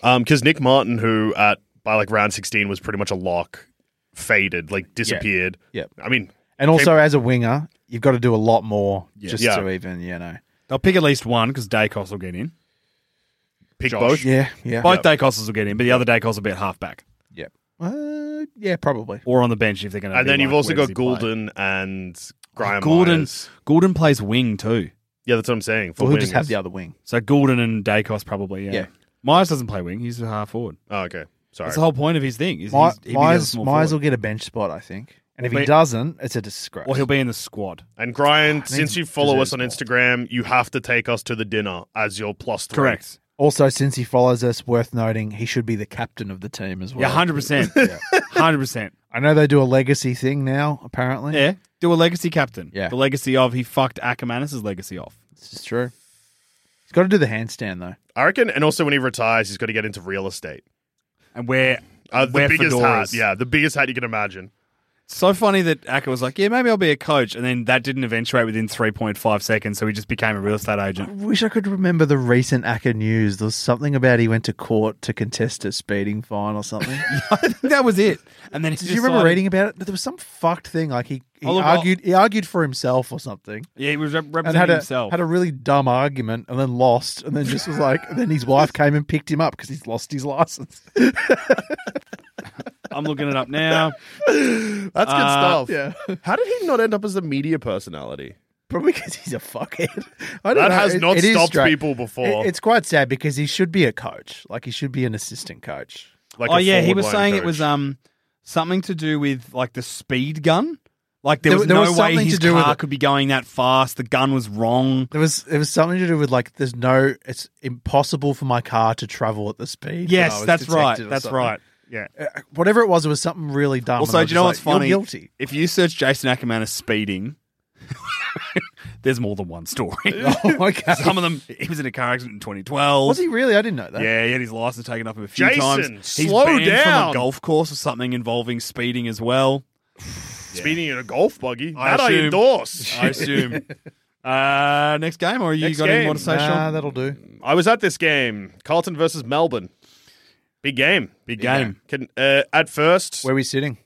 B: Because Um, Nick Martin, who at by like round 16 was pretty much a lock, faded, like disappeared.
D: Yep.
B: I mean,
D: And
B: came-
D: also as a winger, you've got to do a lot more
E: Yeah.
D: just
B: Yeah.
D: to even you know.
E: They'll pick at least one because Dacos will get in.
B: pick
E: Josh.
B: both.
D: Yeah, yeah,
E: Both Dacoses will get in, but the other Dacos will be at halfback
D: yeah. Uh, yeah, probably.
E: or on the bench if they're going to.
B: And then you've also got Goulden and Graham
E: Goulden,
B: Myers.
E: Goulden plays wing too.
B: Yeah, that's what I'm saying. For
D: Well, who just
B: wingers.
D: have the other wing?
E: So Goulden and Dacos probably, yeah.
D: Yeah.
E: Myers doesn't play wing. He's a half forward.
B: Oh, okay. Sorry.
E: That's the whole point of his thing. Is
D: My,
E: he's, he becomes a
D: Myers,
E: small
D: Myers will
E: forward.
D: get a bench spot, I think. And if
E: Wait.
D: he doesn't, it's a disgrace.
E: or he'll be in the squad.
B: and Brian, since
D: needs-
B: you follow us on
D: deserves
B: Instagram, you have to take us to the dinner as your plus three.
E: Correct.
D: Also, since he follows us, worth noting he should be the captain of the team as well.
E: Yeah, hundred percent. Hundred percent.
D: I know they do a legacy thing now. Apparently,
E: Yeah. Do a legacy captain.
D: Yeah.
E: The legacy of he fucked Ackermanis' legacy off.
D: this is true. He's got to do the handstand though.
B: I reckon. And also, when he retires, he's got to get into real estate.
E: And we're
B: Uh, the
E: we're
B: biggest hat.
E: fedoras.
B: Yeah, the biggest hat you can imagine.
E: So funny that Acker was like, yeah, maybe I'll be a coach. And then that didn't eventuate within 3.5 seconds. So he just became a real estate
D: I [LAUGHS]
E: agent.
D: wish I could remember the recent ACCA news. There was something about he went to court to contest a speeding fine or something. [LAUGHS]
E: I think that was it. And then he
D: Did you remember
E: decided-
D: reading about it? But there was some fucked thing. Like he, he
E: Oh, look, I'll-
D: argued, he argued for himself or something,
E: Yeah, he was rep-
D: and
E: representing
D: had a
E: himself.
D: had a really dumb argument, and then lost, and then just was like, and then his wife came and picked him up because he's lost his license. [LAUGHS]
E: I'm looking it up now.
B: That's good
E: Uh,
B: stuff.
D: yeah.
B: How did he not end up as a media personality?
D: [LAUGHS] Probably because he's a fuckhead. [LAUGHS] I
B: That
D: know.
B: has not
D: is
B: stopped
D: strange.
B: people before.
D: It- it's quite sad because he should be a coach. Like he should be an assistant coach.
B: Like
E: oh
B: a
E: yeah, he
B: forward
E: was
B: line
E: saying
B: coach.
E: it was um something to do with like the speed gun. Like there,
D: There-
E: was
D: there
E: no
D: was
E: way
D: something
E: his
D: to do with
E: car
D: it.
E: could be going that fast. The gun was wrong.
D: There was it was something to do with like there's no it's impossible for my car to travel at the speed. that I
E: Yes,
D: was
E: that's right.
D: detected or
E: That's
D: something.
E: right. Yeah.
D: Uh, Whatever it was, it was something really dumb. and I
E: Also,
D: was
E: do you know what's
D: just like,
E: funny?
D: You're guilty. [LAUGHS]
E: If you search Jason Ackerman speeding, [LAUGHS] there's more than one story.
D: [LAUGHS] Oh, okay.
E: Some of them, he was in a car accident in 2012.
D: Was he really? I didn't know that.
E: Yeah, he had his license taken off him a few
B: Jason,
E: times. He's
B: slow
E: banned from
B: down.
E: a golf course or something involving speeding as well.
B: speeding in a golf buggy.
E: uh, I
B: that I
E: assume-
B: endorse.
E: I assume. [LAUGHS] uh, next game, or you
B: Next
E: got anything
B: game.
E: more to say,
D: Nah,
E: Sean? [LAUGHS]
D: that'll do.
B: I was at this game, Carlton versus Melbourne. Big game. Big
E: game.
B: Can, uh, at first,
D: Where are we sitting?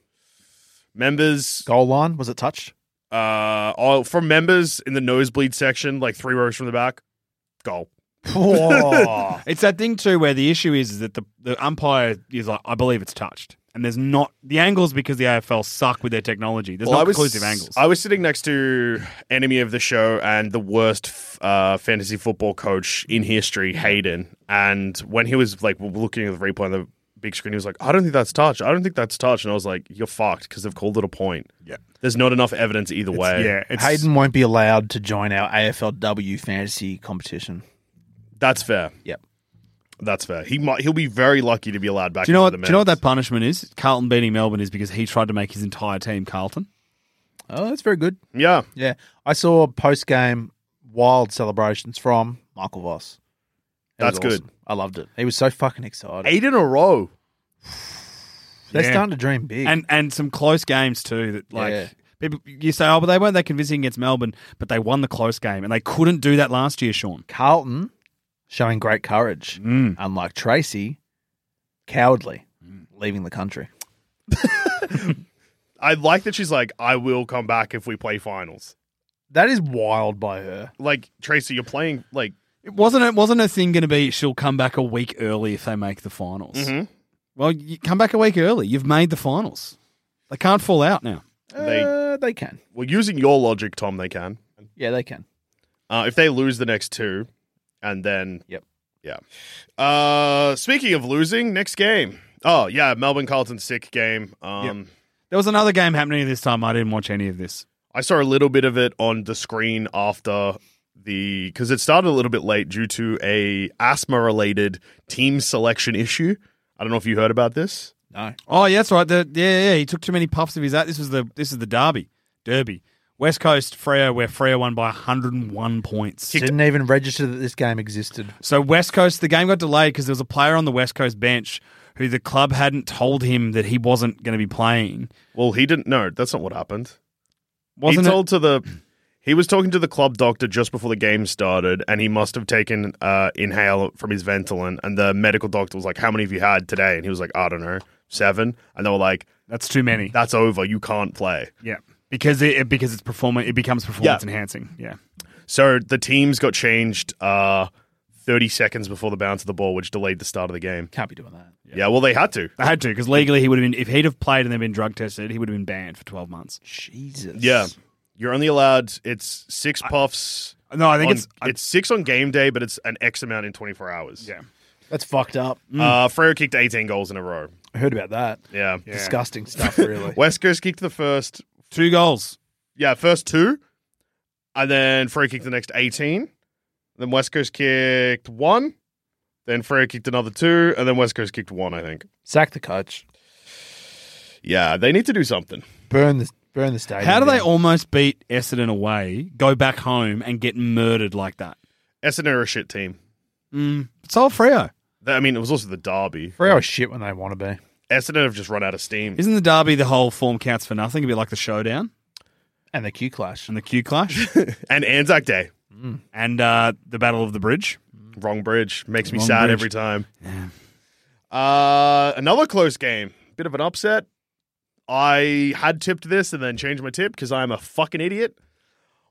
B: members
D: Goal line? Was it touched?
B: uh, all, from members in the nosebleed section, like three rows from the back, goal.
D: Oh.
E: It's that thing too where the issue is, is that the, the umpire is like, I believe it's touched. And there's not the angles because the AFL suck with their technology. There's
B: I
E: not
B: was,
E: conclusive angles.
B: I was sitting next to enemy of the show and the worst f- uh, fantasy football coach in history, Hayden. And when he was like looking at the replay on the big screen, he was like, "I don't think that's touched. I don't think that's touched." And I was like, "You're fucked because they've called it a point.
E: Yeah.
B: There's not enough evidence either way.
E: yeah, it's,
D: Hayden won't be allowed to join our AFLW fantasy competition.
B: that's fair.
D: Yep.
B: That's fair. He might. He'll be very lucky to be allowed back.
E: Do you know what?
B: into
E: Do
B: The
E: you know what that
B: men's.
E: punishment is? Carlton beating Melbourne is because he tried to make his entire team Carlton.
D: Oh, that's very good.
B: Yeah.
D: Yeah. I saw post game wild celebrations from Michael Voss. It was
B: That's good.
D: awesome. I loved it. He was so fucking excited.
B: Eight in a row.
D: They're
E: Yeah.
D: starting to dream big.
E: and and some close games too. That like
D: Yeah.
E: people, you say, oh, but they weren't that convincing against Melbourne, but they won the close game, and they couldn't do that last year, Sean.
D: Carlton showing great courage,
E: Mm.
D: unlike
B: Mm.
D: Tracy, cowardly, leaving the country.
B: I like that she's like, I will come back if we play finals.
D: That is wild by her.
B: Like Tracy, you're playing like
E: It wasn't it wasn't her thing going to be she'll come back a week early if they make the finals.
B: Mhm.
E: Well, you come back a week early. You've made the finals. They can't fall out now.
B: they
D: Uh, they can.
B: well using your logic, Tom. They can.
D: Yeah, they can.
B: Uh, if they lose the next two, and then
D: Yep.
B: yeah. Uh, speaking of losing, next game. Oh yeah, Melbourne Carlton sick game. Um,
E: There was another game happening this time. I didn't watch any of this.
B: I saw a little bit of it on the screen after the because it started a little bit late due to a asthma related team selection issue. I don't know if you heard about this.
D: No.
E: Oh yeah, that's right. The, yeah, yeah, he took too many puffs of his. This was the this is the derby, derby, West Coast Freo, where Freo won by 101 points.
D: Didn't even register that this game existed.
E: So West Coast, the game got delayed because there was a player on the West Coast bench who the club hadn't told him that he wasn't going to be playing.
B: Well, he didn't know. That's not what happened.
E: Wasn't
B: he
E: it-
B: told to the he was talking to the club doctor just before the game started, and he must have taken uh, inhale from his Ventolin. And the medical doctor was like, "How many have you had today?" And he was like, "I don't know, seven. And they were like,
E: That's too many.
B: "That's over. You can't play."
E: Yeah, because it, it- because it's performance. It becomes performance
B: Yeah.
E: enhancing. Yeah,
B: So the teams got changed uh, 30 seconds before the bounce of the ball, which delayed the start of the game.
D: Can't be doing that.
B: Yeah, well, they had to.
E: I had to because legally he would have been if he'd have played and then been drug tested, he would have been banned for 12 months.
D: Jesus.
B: Yeah. You're only allowed, it's six puffs.
E: No, I think
B: on-
E: it's I-
B: it's six on game day, but it's an X amount in 24 hours.
E: yeah.
D: That's fucked up.
B: Uh, Freo kicked 18 goals in a row.
D: I heard about that.
B: Yeah. [LAUGHS]
D: Disgusting stuff, really.
B: West Coast kicked the first,
E: Two goals.
B: yeah, first two. And then Freo kicked the next 18. Then West Coast kicked one. Then Freo kicked another two. And then West Coast kicked one, I think.
D: Sack the coach.
B: Yeah, they need to do something.
D: Burn the burn the stadium.
E: How do they
D: down.
E: almost beat Essendon away, go back home, and get murdered like that?
B: Essendon are a shit team.
E: Mm. It's all Freo.
B: That- I mean, it was also the derby.
D: Freo are shit when they want to be.
B: Essendon have just run out of steam.
E: Isn't the derby the whole form counts for nothing? A bit like the showdown
D: And the Q clash.
B: Mm.
E: and the Q [LAUGHS] clash
B: and Anzac Day,
E: and uh, the Battle of the Bridge.
B: wrong bridge, makes me
E: Wrong
B: sad
E: bridge.
B: every time. Uh, another close game, bit of an upset. I had tipped this and then changed my tip because I'm a fucking idiot.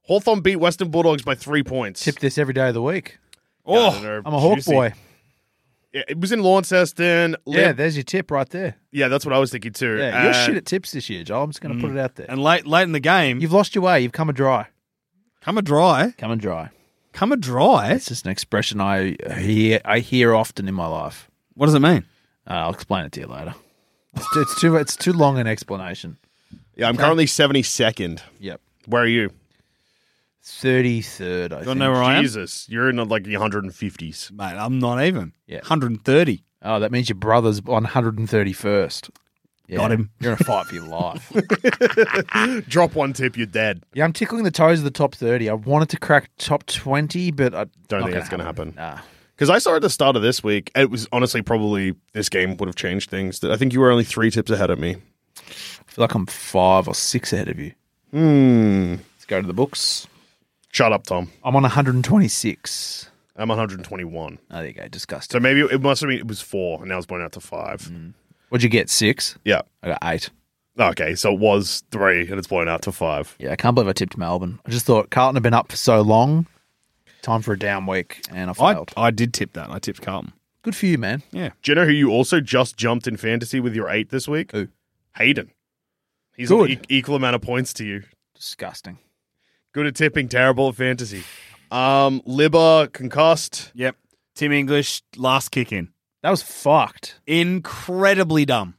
B: Hawthorn beat Western Bulldogs by three points.
D: Tip this every day of the week.
E: Oh.
B: Yeah, I don't know,
D: I'm a Hawk
B: juicy.
D: boy.
B: Yeah, It was in Launceston.
D: Yeah,
B: Yeah,
D: there's your tip right there.
B: yeah, that's what I was thinking too.
D: Yeah, you're
B: And-
D: shit at tips this year, Joel. I'm just going to put it out there.
E: And late late in the game,
D: You've lost your way. You've come a dry.
E: come a dry,
D: Come and dry.
E: come a dry.
D: It's just an expression I hear I hear often in my life.
E: What does it mean?
D: Uh, I'll explain it to you later. It's too, it's too it's too long an explanation.
B: yeah, I'm currently 72nd.
D: Yep.
B: Where are you?
D: Thirty third. I
E: Do you
D: think.
E: know where I am?
B: Jesus, you're in like the 150s.
E: Mate, I'm not even.
D: Yeah.
E: 130.
D: Oh, that means your brother's one hundred and thirty first.
E: Got him.
D: You're in a fight for your life.
B: Drop one tip, you're dead.
D: yeah, I'm tickling the toes of the top thirty. I wanted to crack top twenty, but I
B: Don't
D: not
B: think it's gonna
D: Nah.
B: Because I saw at the start of this week, it was honestly probably this game would have changed things. I think you were only three tips ahead of me.
D: I feel like I'm five or six ahead of you.
B: Hmm.
D: Let's go to the books.
B: Shut up, Tom.
D: I'm on 126.
B: I'm 121.
D: Oh, there you go. Disgusting.
B: So maybe it must have been it was four, and now it's blown out to five.
E: Hmm.
D: What'd you get? Six?
B: Yeah.
D: I got eight.
B: Okay, so it was three, and it's blown out to five.
D: Yeah, I can't believe I tipped Melbourne. I just thought Carlton had been up for so long. Time for a down week, and I
E: I,
D: failed.
E: I did tip that. I tipped Carlton.
D: Good for you, man.
E: Yeah.
B: Do you know who you also just jumped in fantasy with your eight this week?
D: Who?
B: Hayden. He's
D: Good.
B: an e- equal amount of points to you.
D: Disgusting.
B: Good at tipping, terrible at fantasy. Um, Libba concussed.
E: Yep. Tim English, last kick in.
D: That was fucked.
E: Incredibly dumb.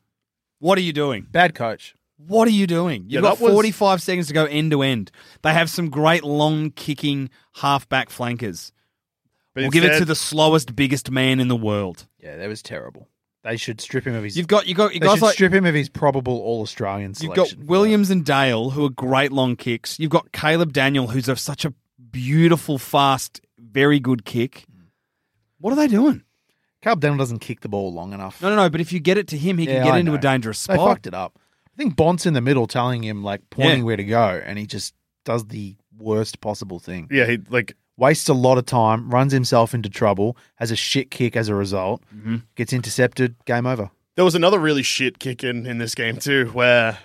E: What are you doing?
D: Bad coach.
E: What are you doing?
B: Yeah,
E: You've got
B: that was-
E: 45 seconds to go end to end. They have some great long kicking half back flankers.
B: But
E: we'll give it
B: instead-
E: to the slowest, biggest man in the world.
D: Yeah, that was terrible. They should strip him of his.
E: You've got you got you
D: they
E: guys
D: should
E: like
D: strip him of his probable All Australian
E: you've
D: selection.
E: got Williams and Dale who are great long kicks. You've got Caleb Daniel who's a, such a beautiful, fast, very good kick. What are they doing?
D: Caleb Daniel doesn't kick the ball long enough.
E: No, no, no. But if you get it to him, he
D: Yeah,
E: can get
D: I
E: into
D: know.
E: a dangerous spot.
D: They fucked it up. I think Bont's in the middle telling him, like, pointing
E: Yeah.
D: where to go, and he just does the worst possible thing.
B: Yeah, he like
D: Wastes a lot of time, runs himself into trouble, has a shit kick as a result,
B: Mm-hmm.
D: gets intercepted, game over.
B: There was another really shit kick in in this game too, where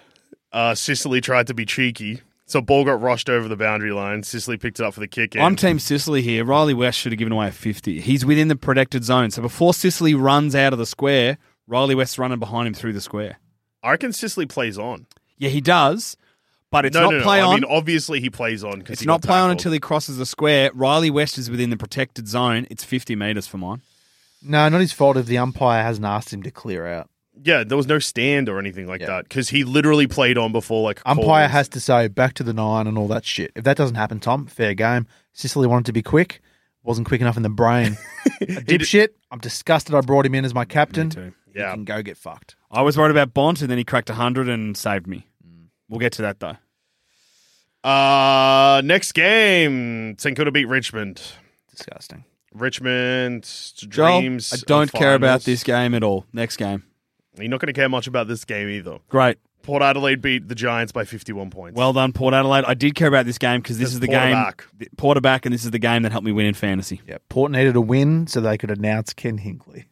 B: Uh, Sicily tried to be cheeky, so ball got rushed over the boundary line. Sicily picked it up for the kick in.
E: I'm Team Sicily here. Riley West should have given away a 50. He's within the protected zone. So before Sicily runs out of the square, Riley West's running behind him through the square.
B: I reckon Sicily plays on.
E: Yeah, he does, but it's
B: no,
E: not
B: no, no.
E: play
B: I
E: on.
B: mean, obviously he plays on. 'cause
E: it's
B: he
E: not
B: got
E: play on
B: tackled.
E: until he crosses the square. Riley West is within the protected zone. It's 50 metres for mine.
D: No, not his fault if the umpire hasn't asked him to clear out.
B: Yeah, there was no stand or anything like that because he literally played on before like a call
D: Umpire
B: was-
D: has to say back to the nine and all that shit. If that doesn't happen, Tom, fair game. Sicily wanted to be quick, wasn't quick enough in
B: [LAUGHS]
D: the brain. A Dipshit. I'm disgusted. I brought him in as my captain.
B: Yeah.
D: can go get fucked.
E: I was worried about Bont, and then he cracked 100 and saved me. We'll get to that, though.
B: Uh, next game, St Kilda beat Richmond.
D: Disgusting.
B: Richmond
E: Joel,
B: dreams.
E: I
B: of
E: don't care about
B: finals.
E: this game at all. Next game.
B: You're not going to care much about this game either.
E: Great.
B: Port Adelaide beat the Giants by 51 points.
E: Well done, Port Adelaide. I did care about this game because this
B: There's
E: is the
B: Porter
E: game.
B: back.
E: th- Porter back, and this is the game that helped me win in fantasy.
D: Yeah, Port needed a win so they could announce Ken Hinkley.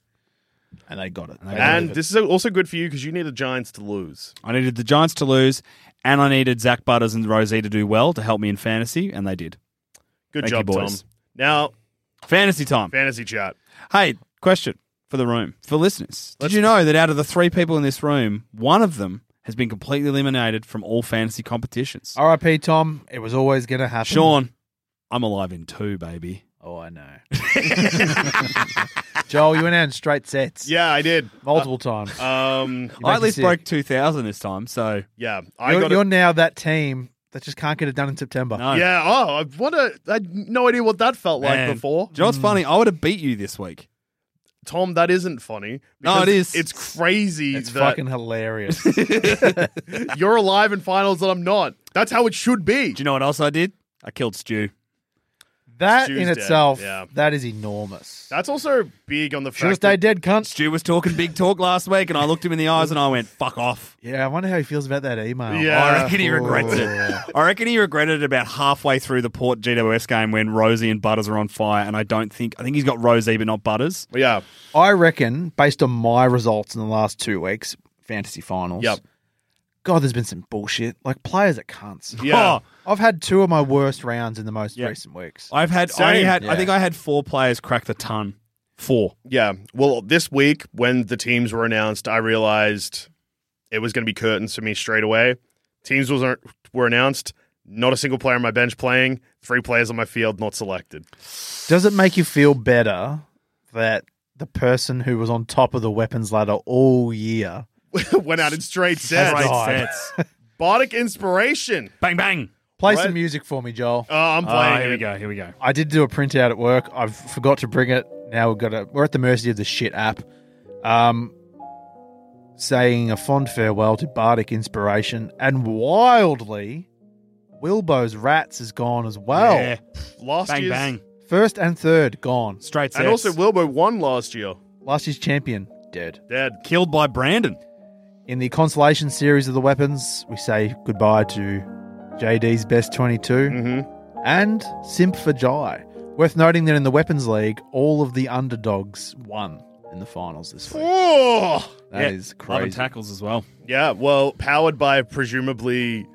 D: And they got it. They
B: and
D: delivered.
B: this is also good for you because you need the Giants to lose.
E: I needed the Giants to lose, and I needed Zach Butters and Rosie to do well to help me in fantasy, and they did.
B: Good
E: Thank
B: job,
E: you,
B: Tom.
E: boys.
B: Now,
E: Fantasy time.
B: fantasy chat.
E: Hey, question for the room, for listeners. Did you know that out of the three people in this room, one of them has been completely eliminated from all fantasy competitions?
D: RIP, Tom. It was always going to happen.
E: Sean, I'm alive in two, baby.
D: Oh, I know. [LAUGHS] Joel, you went out in straight sets.
B: Yeah, I did.
D: Multiple times.
B: Um,
D: You
E: I
D: make
E: at
D: me
E: least
D: sick.
E: broke 2,000 this time, so
B: yeah, I
D: You're,
B: got.
D: you're
B: it.
D: now that team that just can't get it done in September.
E: no.
B: Yeah. Oh, I what a. I had no idea what that felt like
E: Man.
B: before.
E: Do you know
D: Mm.
E: what's funny? I would have beat you this week.
B: Tom, that isn't funny.
E: No, it
B: because
E: is.
B: It's crazy
D: It's
B: that
D: fucking hilarious.
B: [LAUGHS] you're alive in finals and I'm not. That's how it should be.
E: Do you know what else I did? I killed Stu.
D: that
B: Stu's
D: in
B: dead,
D: itself,
B: yeah.
D: that is enormous.
B: That's also big on the
D: Should have
B: fact.
D: stayed
B: That,
D: dead, cunt.
E: Stu was talking big talk last week, and I looked him in the eyes and I went, fuck off.
D: Yeah, I wonder how he feels about that email.
B: Yeah. Oh,
E: I reckon he regrets
D: Ooh.
E: it. I reckon he regretted it about halfway through the Port GWS game when Rosie and Butters are on fire, and I don't think I think he's got Rosie but not Butters.
B: yeah.
D: I reckon, based on my results in the last two weeks, fantasy finals.
B: Yep.
D: God, there's been some bullshit. Like players are cunts.
B: Yeah.
E: Oh,
D: I've had two of my worst rounds in the most
E: Yeah.
D: recent weeks.
E: I've had I only
B: Same.
E: had I
D: Yeah.
E: think I had four players crack the ton. Four.
B: Yeah. Well, this week when the teams were announced, I realized it was going to be curtains for me straight away. Teams was, were announced. Not a single player on my bench playing. Three players on my field not selected. [LAUGHS]
D: Does it make you feel better that the person who was on top of the weapons ladder all year?
B: Went out in straight sets.
D: Straight
B: Right.
D: died.
E: sets.
B: Bardic inspiration.
E: bang bang.
D: Play
B: What?
D: some music for me, Joel.
B: Oh, I'm
E: Ah,
B: playing.
E: here we
B: it.
E: go. Here we go.
D: I did do a printout at work. I have forgot to bring it. Now we've got to, we're at the mercy of the shit app. Um, saying a fond farewell to Bardic inspiration and wildly, Wilbo's rats is gone as well.
E: Yeah.
B: Last
E: Bang
B: year's,
E: bang.
D: First and third gone.
E: Straight sets.
B: And also, Wilbur won last year.
D: Last year's champion dead.
B: Dead.
E: killed by Brandon.
D: In the consolation series of the weapons, we say goodbye to JD's best 22
B: Mm-hmm.
D: and Simp for Jai. Worth noting that in the weapons league, all of the underdogs won in the finals this week.
B: Oh!
D: That
E: Yeah,
D: is
E: Love and
D: crazy.
E: tackles as well.
B: Yeah, well, powered by presumably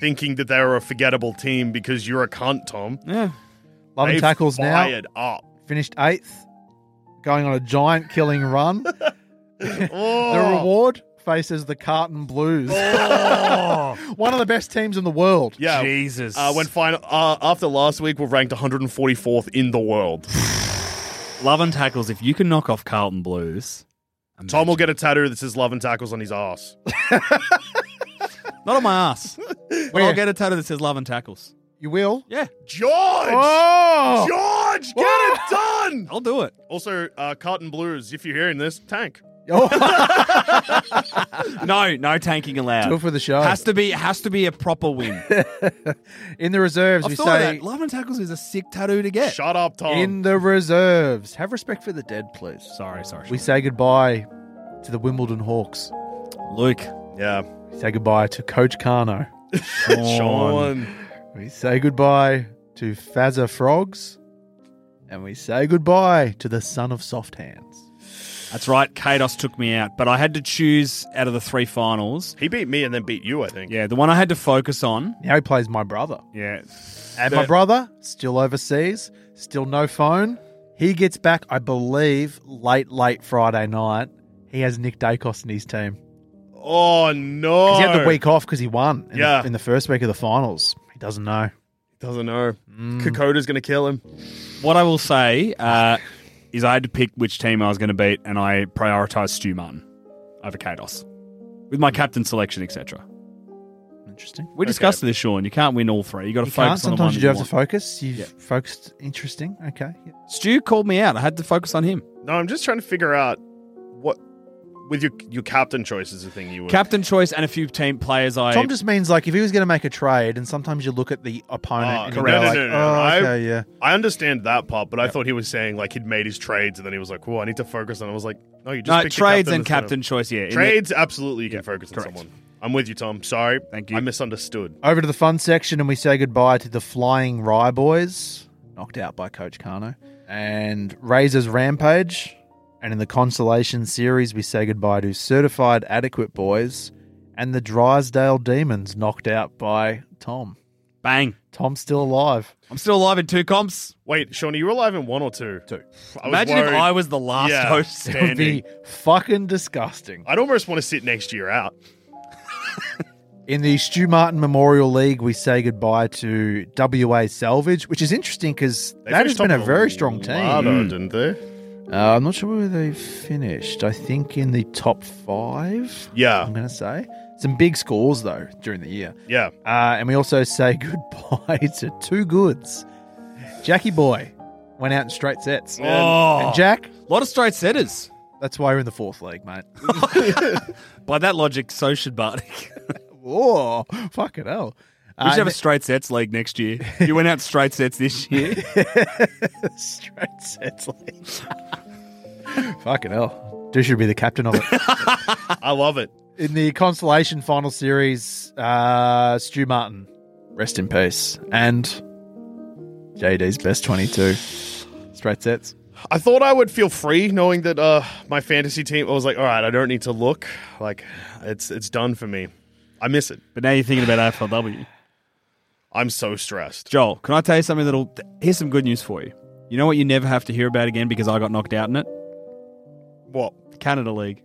B: thinking that they were a forgettable team because you're a cunt, Tom.
E: Yeah.
D: Love and
B: They
D: tackles now
B: fired up.
D: finished eighth, going on a giant killing run.
B: [LAUGHS] Oh,
D: [LAUGHS] The reward faces the Carton Blues, [LAUGHS] one of the best teams in the world.
B: Oh. yeah.
E: Jesus.
B: Uh, when final uh, after last week, we're ranked 144th in the world.
E: Love and tackles, if you can knock off Carlton Blues,
B: Tom will get a tattoo that says "Love and Tackles" on his ass.
E: not on my [LAUGHS] ass. but
D: Where?
E: I'll get a tattoo that says love and tackles.
D: You will?
E: Yeah,
B: George,
D: Oh!
B: George, get it done.
E: I'll do it.
B: Oh! Also, uh, Cotton Blues, if you're hearing this, tank.
E: No, no tanking allowed.
D: Do it for the show.
E: Has to be has to be a
D: [LAUGHS]
E: proper win. I
D: in the reserves, we
E: thought of
D: say
E: that. Love and tackles is a sick tattoo to get.
B: Shut up, Tom.
D: in the reserves. Have respect for the dead, please.
E: Sorry, sorry.
D: We say goodbye to the Wimbledon Hawks.
E: Luke,
B: yeah,
D: We say goodbye to Coach Carno.
B: Sean.
D: We say goodbye to Fazza Frogs. And we say goodbye to the son of soft hands.
E: That's right. Kados took me out, but I had to choose out of the three finals.
B: He beat me and then beat you, I think.
E: Yeah, the one I had to focus on.
D: Now he plays my brother.
E: Yeah.
D: And my
E: The-
D: brother, still overseas, still no phone. He gets back, I believe, late, late Friday night. He has Nick Dacos in his team.
B: Oh no!
D: 'Cause He had the week off because he won in,
B: Yeah.
D: the, in the first week of the finals. He doesn't know.
B: Doesn't know. Kokoda's gonna kill him.
E: What I will say uh, is, I had to pick which team I was going to beat, and I prioritized Stu Martin over Kados with my captain selection, etc.
D: Interesting.
E: We discussed this, Sean. You can't win all three. You got to
D: You
E: focus
D: can't.
E: on the one
D: Sometimes you do have to
E: want.
D: focus. You've
E: Yeah.
D: focused. Interesting. Okay. Yeah.
E: Stu called me out. I had to focus on him.
B: No, I'm just trying to figure out what with your your captain choice is the thing you would.
E: Captain choice and a few team players. I
D: Tom just means like if he was going to make a trade, and sometimes you look at the opponent.
B: Ah,
D: and you
B: correct.
D: go
B: No,
D: like,
B: no, no, no,
D: "Oh,
B: I-
D: okay, yeah.
B: I understand that part, but I thought he was saying like he'd made his trades and then he was like, "Well, I need to focus on." I was like, "No, you just
E: No,
B: picked your
E: trades and
B: instead of-
E: captain choice, yeah. In the-
B: Trades, absolutely, you can focus
E: correct.
B: on someone. I'm with you, Tom. Sorry,
E: Thank you.
B: I misunderstood.
D: Over to the fun section, and we say goodbye to the Flying Rye Boys, knocked out by Coach Kano, and Razor's Rampage. And in the Consolation Series, we say goodbye to Certified Adequate Boys and the Drysdale Demons, knocked out by Tom.
E: bang.
D: Tom's still alive.
E: I'm still alive in two comps.
B: Wait, Sean, are you alive in one or two?
D: Two.
B: I was
E: Imagine if
B: worried.
E: I was the last
B: Yeah.
E: host
D: It would
E: standing.
D: be fucking disgusting.
B: I'd almost want to sit next year out.
D: In the Stu Martin Memorial League, we say goodbye to WA Salvage, which is interesting because
B: They
D: that has
B: finished
D: been a
B: top of the
D: very strong team. Mm.
B: ladder, didn't they?
D: Uh, I'm not sure where they finished. I think in the top five.
B: Yeah.
D: I'm going to say some big scores though during the year.
B: Yeah.
D: Uh, and we also say [LAUGHS] goodbye to two goods. Jackie Boy went out in straight sets.
E: Oh.
D: And Jack,
E: a lot of straight setters.
D: that's why you're in the fourth league, mate. [LAUGHS]
E: By that logic, so should Bardic. [LAUGHS]
D: Whoa, fucking hell. Uh,
E: We should have
D: and
E: a straight sets league next year. You went out straight sets this year.
D: straight sets league. [LAUGHS] fucking hell. Dude should be the captain of it.
B: I love it.
D: [LAUGHS] In the consolation final series, uh, Stu Martin, rest in peace, and JD's best twenty-two straight sets.
B: I thought I would feel free knowing that uh, my fantasy team. I was like, all right, I don't need to look. Like, it's it's done for me. I miss it.
E: But now you're thinking about AFLW.
B: I'm so stressed.
E: Joel, can I tell you something that'll. Here's some good news for you. You know what you never have to hear about again because I got knocked out in it?
B: What?
E: Canada League.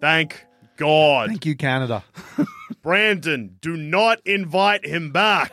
B: Thank God,
D: Thank you, Canada.
B: Brandon. Do not invite him
E: [LAUGHS]
B: back.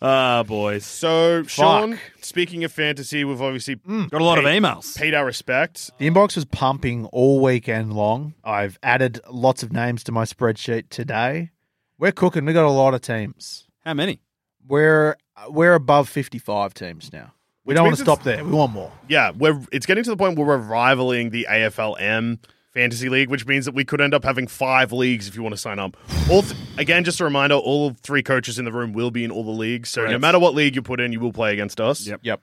E: Ah, boys.
B: so, Sean.
D: Fuck.
B: Speaking of fantasy, we've obviously
E: Hmm. Got a lot of
B: Hey.
E: emails.
B: paid our respects.
D: The inbox was pumping all weekend long. I've added lots of names to my spreadsheet today. We're cooking. We got a lot of teams.
E: How many?
D: We're we're above fifty-five teams now. We
B: Which
D: don't want
B: means
D: to
B: it's-
D: stop there. We want more.
B: Yeah, we're it's getting to the point where we're rivaling the AFLM fantasy league, which means that we could end up having five leagues if you want to sign up. All th- again, just a reminder: all three coaches in the room will be in all the leagues, so no
E: Correct.
B: matter what league you put in, you will play against us.
E: Yep.
D: Yep.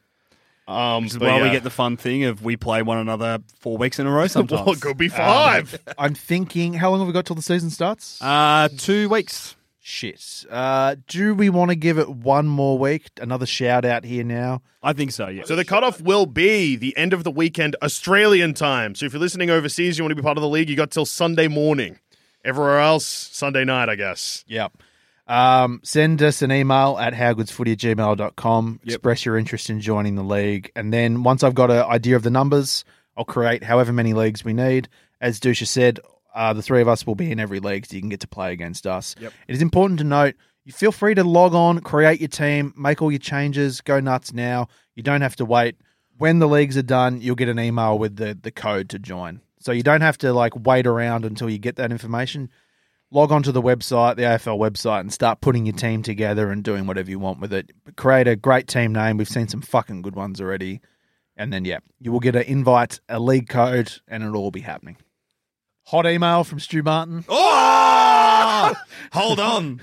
B: Um,
E: Which is
B: but
E: why we
B: yeah. [LAUGHS]
E: get the fun thing of we play one another four weeks in [LAUGHS] a row sometimes. Um,
B: well, it could be five.
D: Um, I'm thinking. How long have we got till the season starts?
E: Uh, two weeks.
D: Shit. Uh, do we want to give it one more week? Another shout out here now.
E: I think so, yeah.
B: so the cutoff will be the end of the weekend Australian time. So if you're listening overseas, you want to be part of the league, you got till Sunday morning. Everywhere else, Sunday night, I guess.
D: Yep. Um, send us an email at howgoodsfooty at gmail.com. Express your interest in joining the league. And then once I've got an idea of the numbers, I'll create however many leagues we need. As Dusha said, uh, the three of us will be in every league so you can get to play against us. Yep. It is important to note you feel free to log on, create your team, make all your changes, go nuts now. You don't have to wait. When the leagues are done, you'll get an email with the, the code to join. So you don't have to like wait around until you get that information log onto the website, the AFL website, and start putting your team together and doing whatever you want with it. Create a great team name. We've seen some fucking good ones already. And then, yeah, you will get an invite, a league code, and it'll all be happening. Hot email from Stu Martin.
E: [LAUGHS] Oh! Hold [LAUGHS] on.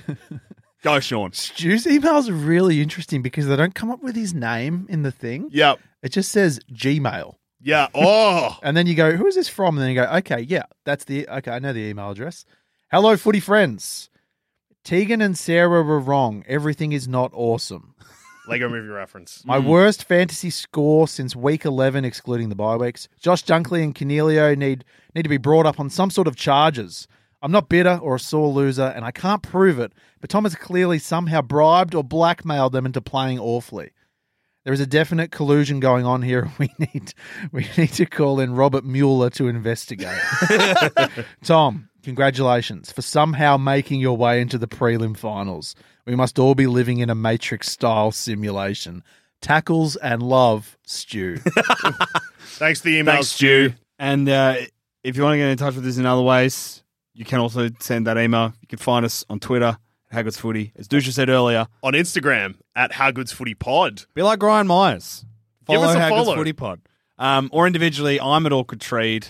E: Go, Sean.
D: Stu's emails are really interesting because they don't come up with his name in the thing.
B: Yep.
D: It just says Gmail.
B: Yeah. Oh. [LAUGHS]
D: And then you go, who is this from? And then you go, okay, yeah, that's the, okay, I know the email address. Hello, footy friends. Tegan and Sarah were wrong. Everything is not awesome.
B: Lego movie reference.
D: My worst fantasy score since week 11, excluding the bye weeks. Josh Dunkley and Canelio need, need to be brought up on some sort of charges. I'm not bitter or a sore loser, and I can't prove it, but Tom has clearly somehow bribed or blackmailed them into playing awfully. There is a definite collusion going on here. [LAUGHS] We need we need to call in Robert Mueller to investigate. Tom, congratulations for somehow making your way into the prelim finals. We must all be living in a matrix style simulation. Tackles and love, Stew.
B: Thanks for the email,
E: Thanks, Stu. And uh, if you want to get in touch with us in other ways, you can also send that email. You can find us on Twitter, Haggard's Footy, as Dusha said earlier.
B: On Instagram, at How Good's Footy Pod.
E: Be like Ryan Myers.
B: Give
E: Follow
B: us a
E: Haggard's
B: follow.
E: Footy Pod. Um, or individually, I'm at Awkward Trade.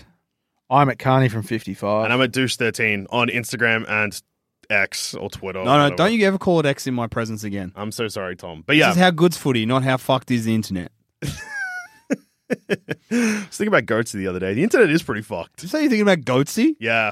D: I'm at Carney from
E: Oh.
D: 55.
B: And I'm at Douche13 on Instagram and X or Twitter.
E: no, no,
B: whatever.
E: don't you ever call it X in my presence again.
B: I'm so sorry, Tom. But yeah,
E: This is how good's footy, not how fucked is the internet.
B: I was thinking about Goatsy the other day. The internet is pretty fucked.
E: Did you say you're thinking about Goatsy?
B: Yeah.